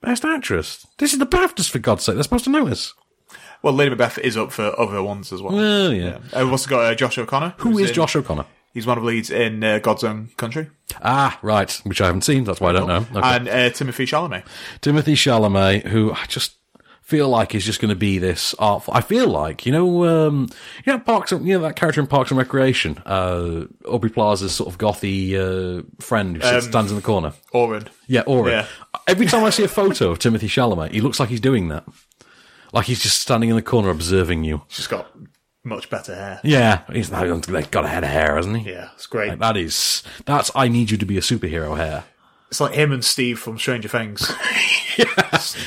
A: Best Actress? This is the BAFTAs for God's sake. They're supposed to notice.
B: Well, Lady Macbeth is up for other ones as well.
A: Well, yeah.
B: Uh, we've also got uh, Josh O'Connor.
A: Who
B: who's
A: is
B: in-
A: Josh O'Connor?
B: He's one of the leads in uh, God's Own Country.
A: Ah, right, which I haven't seen. That's why I don't know. Okay.
B: And uh, Timothy Chalamet.
A: Timothy Chalamet, who I just feel like is just going to be this artful. I feel like you know, um, you know, Parks, and- you know that character in Parks and Recreation, uh, Aubrey Plaza's sort of gothy uh, friend who sits- stands in the corner.
B: Oren.
A: Yeah, Aura.
B: Um, Yeah.
A: Every time I see a photo of Timothy Chalamet, he looks like he's doing that, like he's just standing in the corner observing you.
B: She's got much better hair.
A: Yeah, he's they've got a head of hair, hasn't he?
B: Yeah, it's great.
A: Like, that is that's I need you to be a superhero hair.
B: It's like him and Steve from Stranger Things.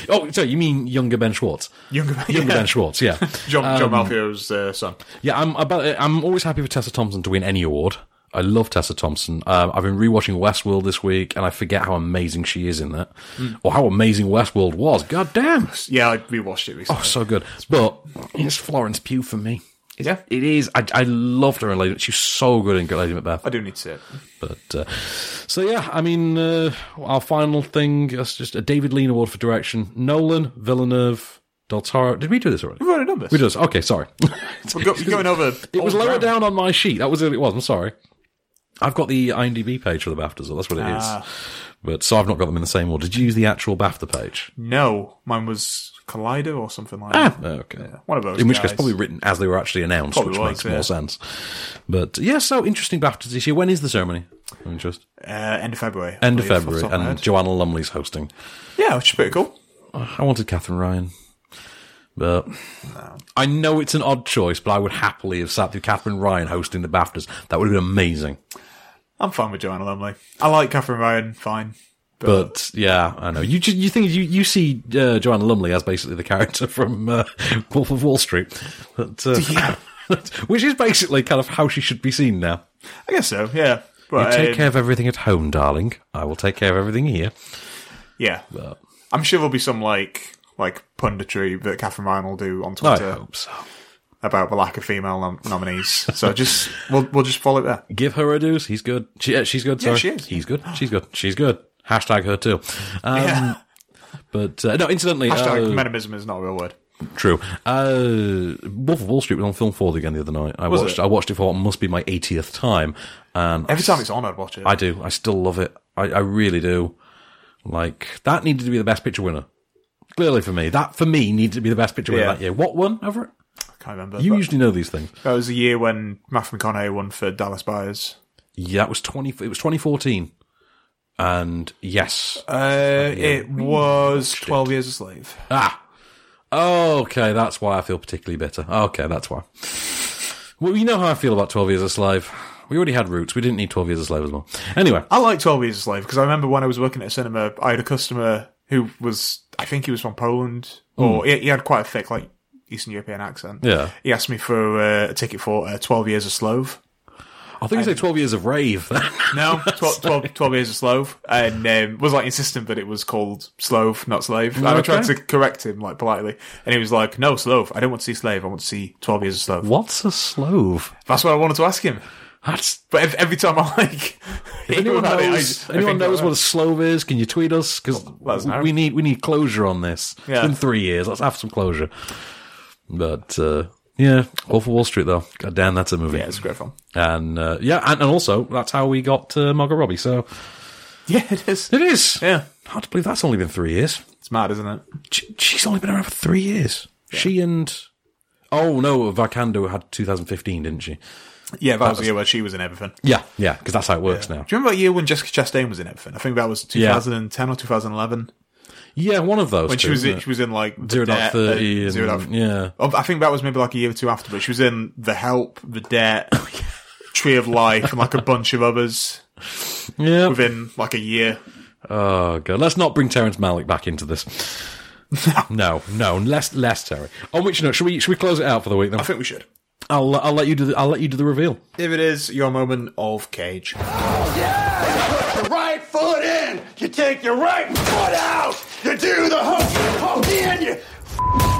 A: Oh, so you mean younger Ben Schwartz?
B: Younger,
A: Younger Um,
B: yeah.
A: Ben Schwartz, yeah.
B: John, John Malfio's uh, son.
A: Yeah, I'm about. I'm always happy for Tessa Thompson to win any award. I love Tessa Thompson. Um, I've been rewatching Westworld this week, and I forget how amazing she is in that, or how amazing Westworld was. God damn,
B: Yeah, I rewatched it recently.
A: oh, so good. But it's Florence Pugh for me.
B: yeah,
A: It is. I, I loved her in Lady. She's so good in Good Lady Macbeth.
B: I do need to see it.
A: But uh, so yeah, I mean, uh, our final thing is just a David Lean Award for direction. Nolan, Villeneuve, Del Toro. Did we do this already?
B: We've already done this.
A: We did this. Okay, sorry.
B: We're go- you're going over.
A: It was
B: old
A: lower
B: ground.
A: down on my sheet. That was all it was. I'm sorry. I've got the IMDb page for the BAFTAs. so That's what it is. But so I've not got them in the same order. Did you use the actual BAFTA page?
B: No, mine was Collider or something like
A: Ah,
B: that.
A: okay.
B: One of those.
A: In which
B: guys.
A: case, probably written as they were actually announced,
B: Probably
A: which
B: was,
A: makes
B: yeah.
A: more sense. But yeah, so interesting BAFTAs this year. When is the ceremony? I'm interested.
B: uh, end of February. I
A: End of
B: believe, off the
A: February,
B: top of my
A: and
B: head.
A: Joanna Lumley's hosting.
B: yeah, which is pretty cool.
A: I wanted Catherine Ryan, but I know it's an odd choice. But I would happily have sat through Catherine Ryan hosting the BAFTAs. That would have been amazing.
B: I'm fine with Joanna Lumley. I like Catherine Ryan. Fine.
A: But yeah, I know you. ju- You think you you see uh, Joanna Lumley as basically the character from uh, Wolf of Wall Street, but, uh, which is basically kind of how she should be seen now.
B: I guess so. Yeah.
A: You
B: But,
A: take
B: um,
A: care of everything at home, darling. I will take care of everything here.
B: Yeah. I'm sure there'll be some like like punditry that Catherine Ryan will do on
A: I
B: Twitter
A: hope so.
B: about the lack of female nom- nominees. so just we'll we'll just follow it there.
A: Give her a deuce. He's good. She, yeah, she's good.
B: Yeah,
A: Sorry.
B: she is.
A: He's good. She's good. She's good. Hashtag her too. Um,
B: yeah.
A: But uh, no, incidentally,
B: Hashtag
A: uh,
B: menomism is not a real word.
A: True. Uh, Wolf of Wall Street was on Film Four again the other night. I
B: Was
A: watched.
B: it?
A: I watched it for what must be my 80th time, and
B: Every time it's on, I'd watch it.
A: I do. I still love it. I, I really do. Like that needed to be the best picture winner. Clearly for me, that for me needed to be the best picture winner
B: Yeah.
A: that year. What one over it?
B: can't remember.
A: You
B: but
A: usually know these things.
B: that was the year when Matthew McConaughey won for Dallas Buyers.
A: Yeah, it was twenty. It was twenty fourteen, and yes,
B: Uh, it was Twelve Years a Slave.
A: ah, okay, that's why I feel particularly bitter. Okay, that's why. Well, you know how I feel about Twelve Years a Slave. We already had Roots. We didn't need Twelve Years a Slave as well. Anyway,
B: I like Twelve Years a Slave because I remember when I was working at a cinema, I had a customer who was, I think he was from Poland, or he, he had quite a thick like Eastern European accent.
A: Hmm. Yeah.
B: he asked me for uh, a ticket for uh, Twelve Years a Slave.
A: I think you say Twelve Years of Rave.
B: No, tw- 12, 12 Years a Slave, and um, was like insistent that it was called Slove, not Slave. And I tried
A: Okay.
B: to correct him like politely, and he was like, "No, Slove. I don't want to see Slave. I want to see Twelve Years a Slave."
A: What's a slove?
B: That's what I wanted to ask him.
A: That's
B: But ev- every time I like,
A: If anyone
B: about it, I-
A: knows,
B: I
A: anyone
B: think about
A: knows
B: it.
A: what a slove is, can you tweet us? Because
B: let us know.
A: we need we need closure on this.
B: Yeah.
A: It's been three years. Let's have some closure. But uh, yeah, Wolf of Wall Street though. God damn, that's a movie.
B: Yeah, it's a great film.
A: And uh, yeah, and, and also that's how we got uh, Margot Robbie. So
B: Yeah, it is.
A: it is.
B: Yeah,
A: Hard to believe that's only been three years.
B: it's mad, isn't it?
A: She, she's only been around for three years. She and Oh no, Varkando had 2015, didn't she?
B: Yeah, that,
A: That
B: was the
A: was-
B: year where she was in everything.
A: Yeah, yeah, because that's how it works now.
B: Do you remember that year when Jessica Chastain was in everything? I think that was
A: Yeah.
B: 2010 or 2011.
A: Yeah, one of those.
B: When she
A: two,
B: was
A: isn't
B: in,
A: it?
B: she was in like The
A: Zero Dark
B: Debt,
A: Thirty
B: uh,
A: and-
B: Zero Dark-
A: yeah.
B: Oh, I think that was maybe like a year or two after, but she was in The Help, The Debt,
A: Oh,
B: Tree of Life, and like a bunch of others
A: yeah.
B: within like a year.
A: Oh god, let's not bring Terrence Malick back into this. no, no, less, less Terry. On which note, should we should we close it out for the week then?
B: I think we should.
A: I'll I'll let you do the, I'll let you do the reveal.
B: If it is your moment of cage,
K: Oh, Your right foot in, you take your right foot out, you do the hokey pokey, and you f-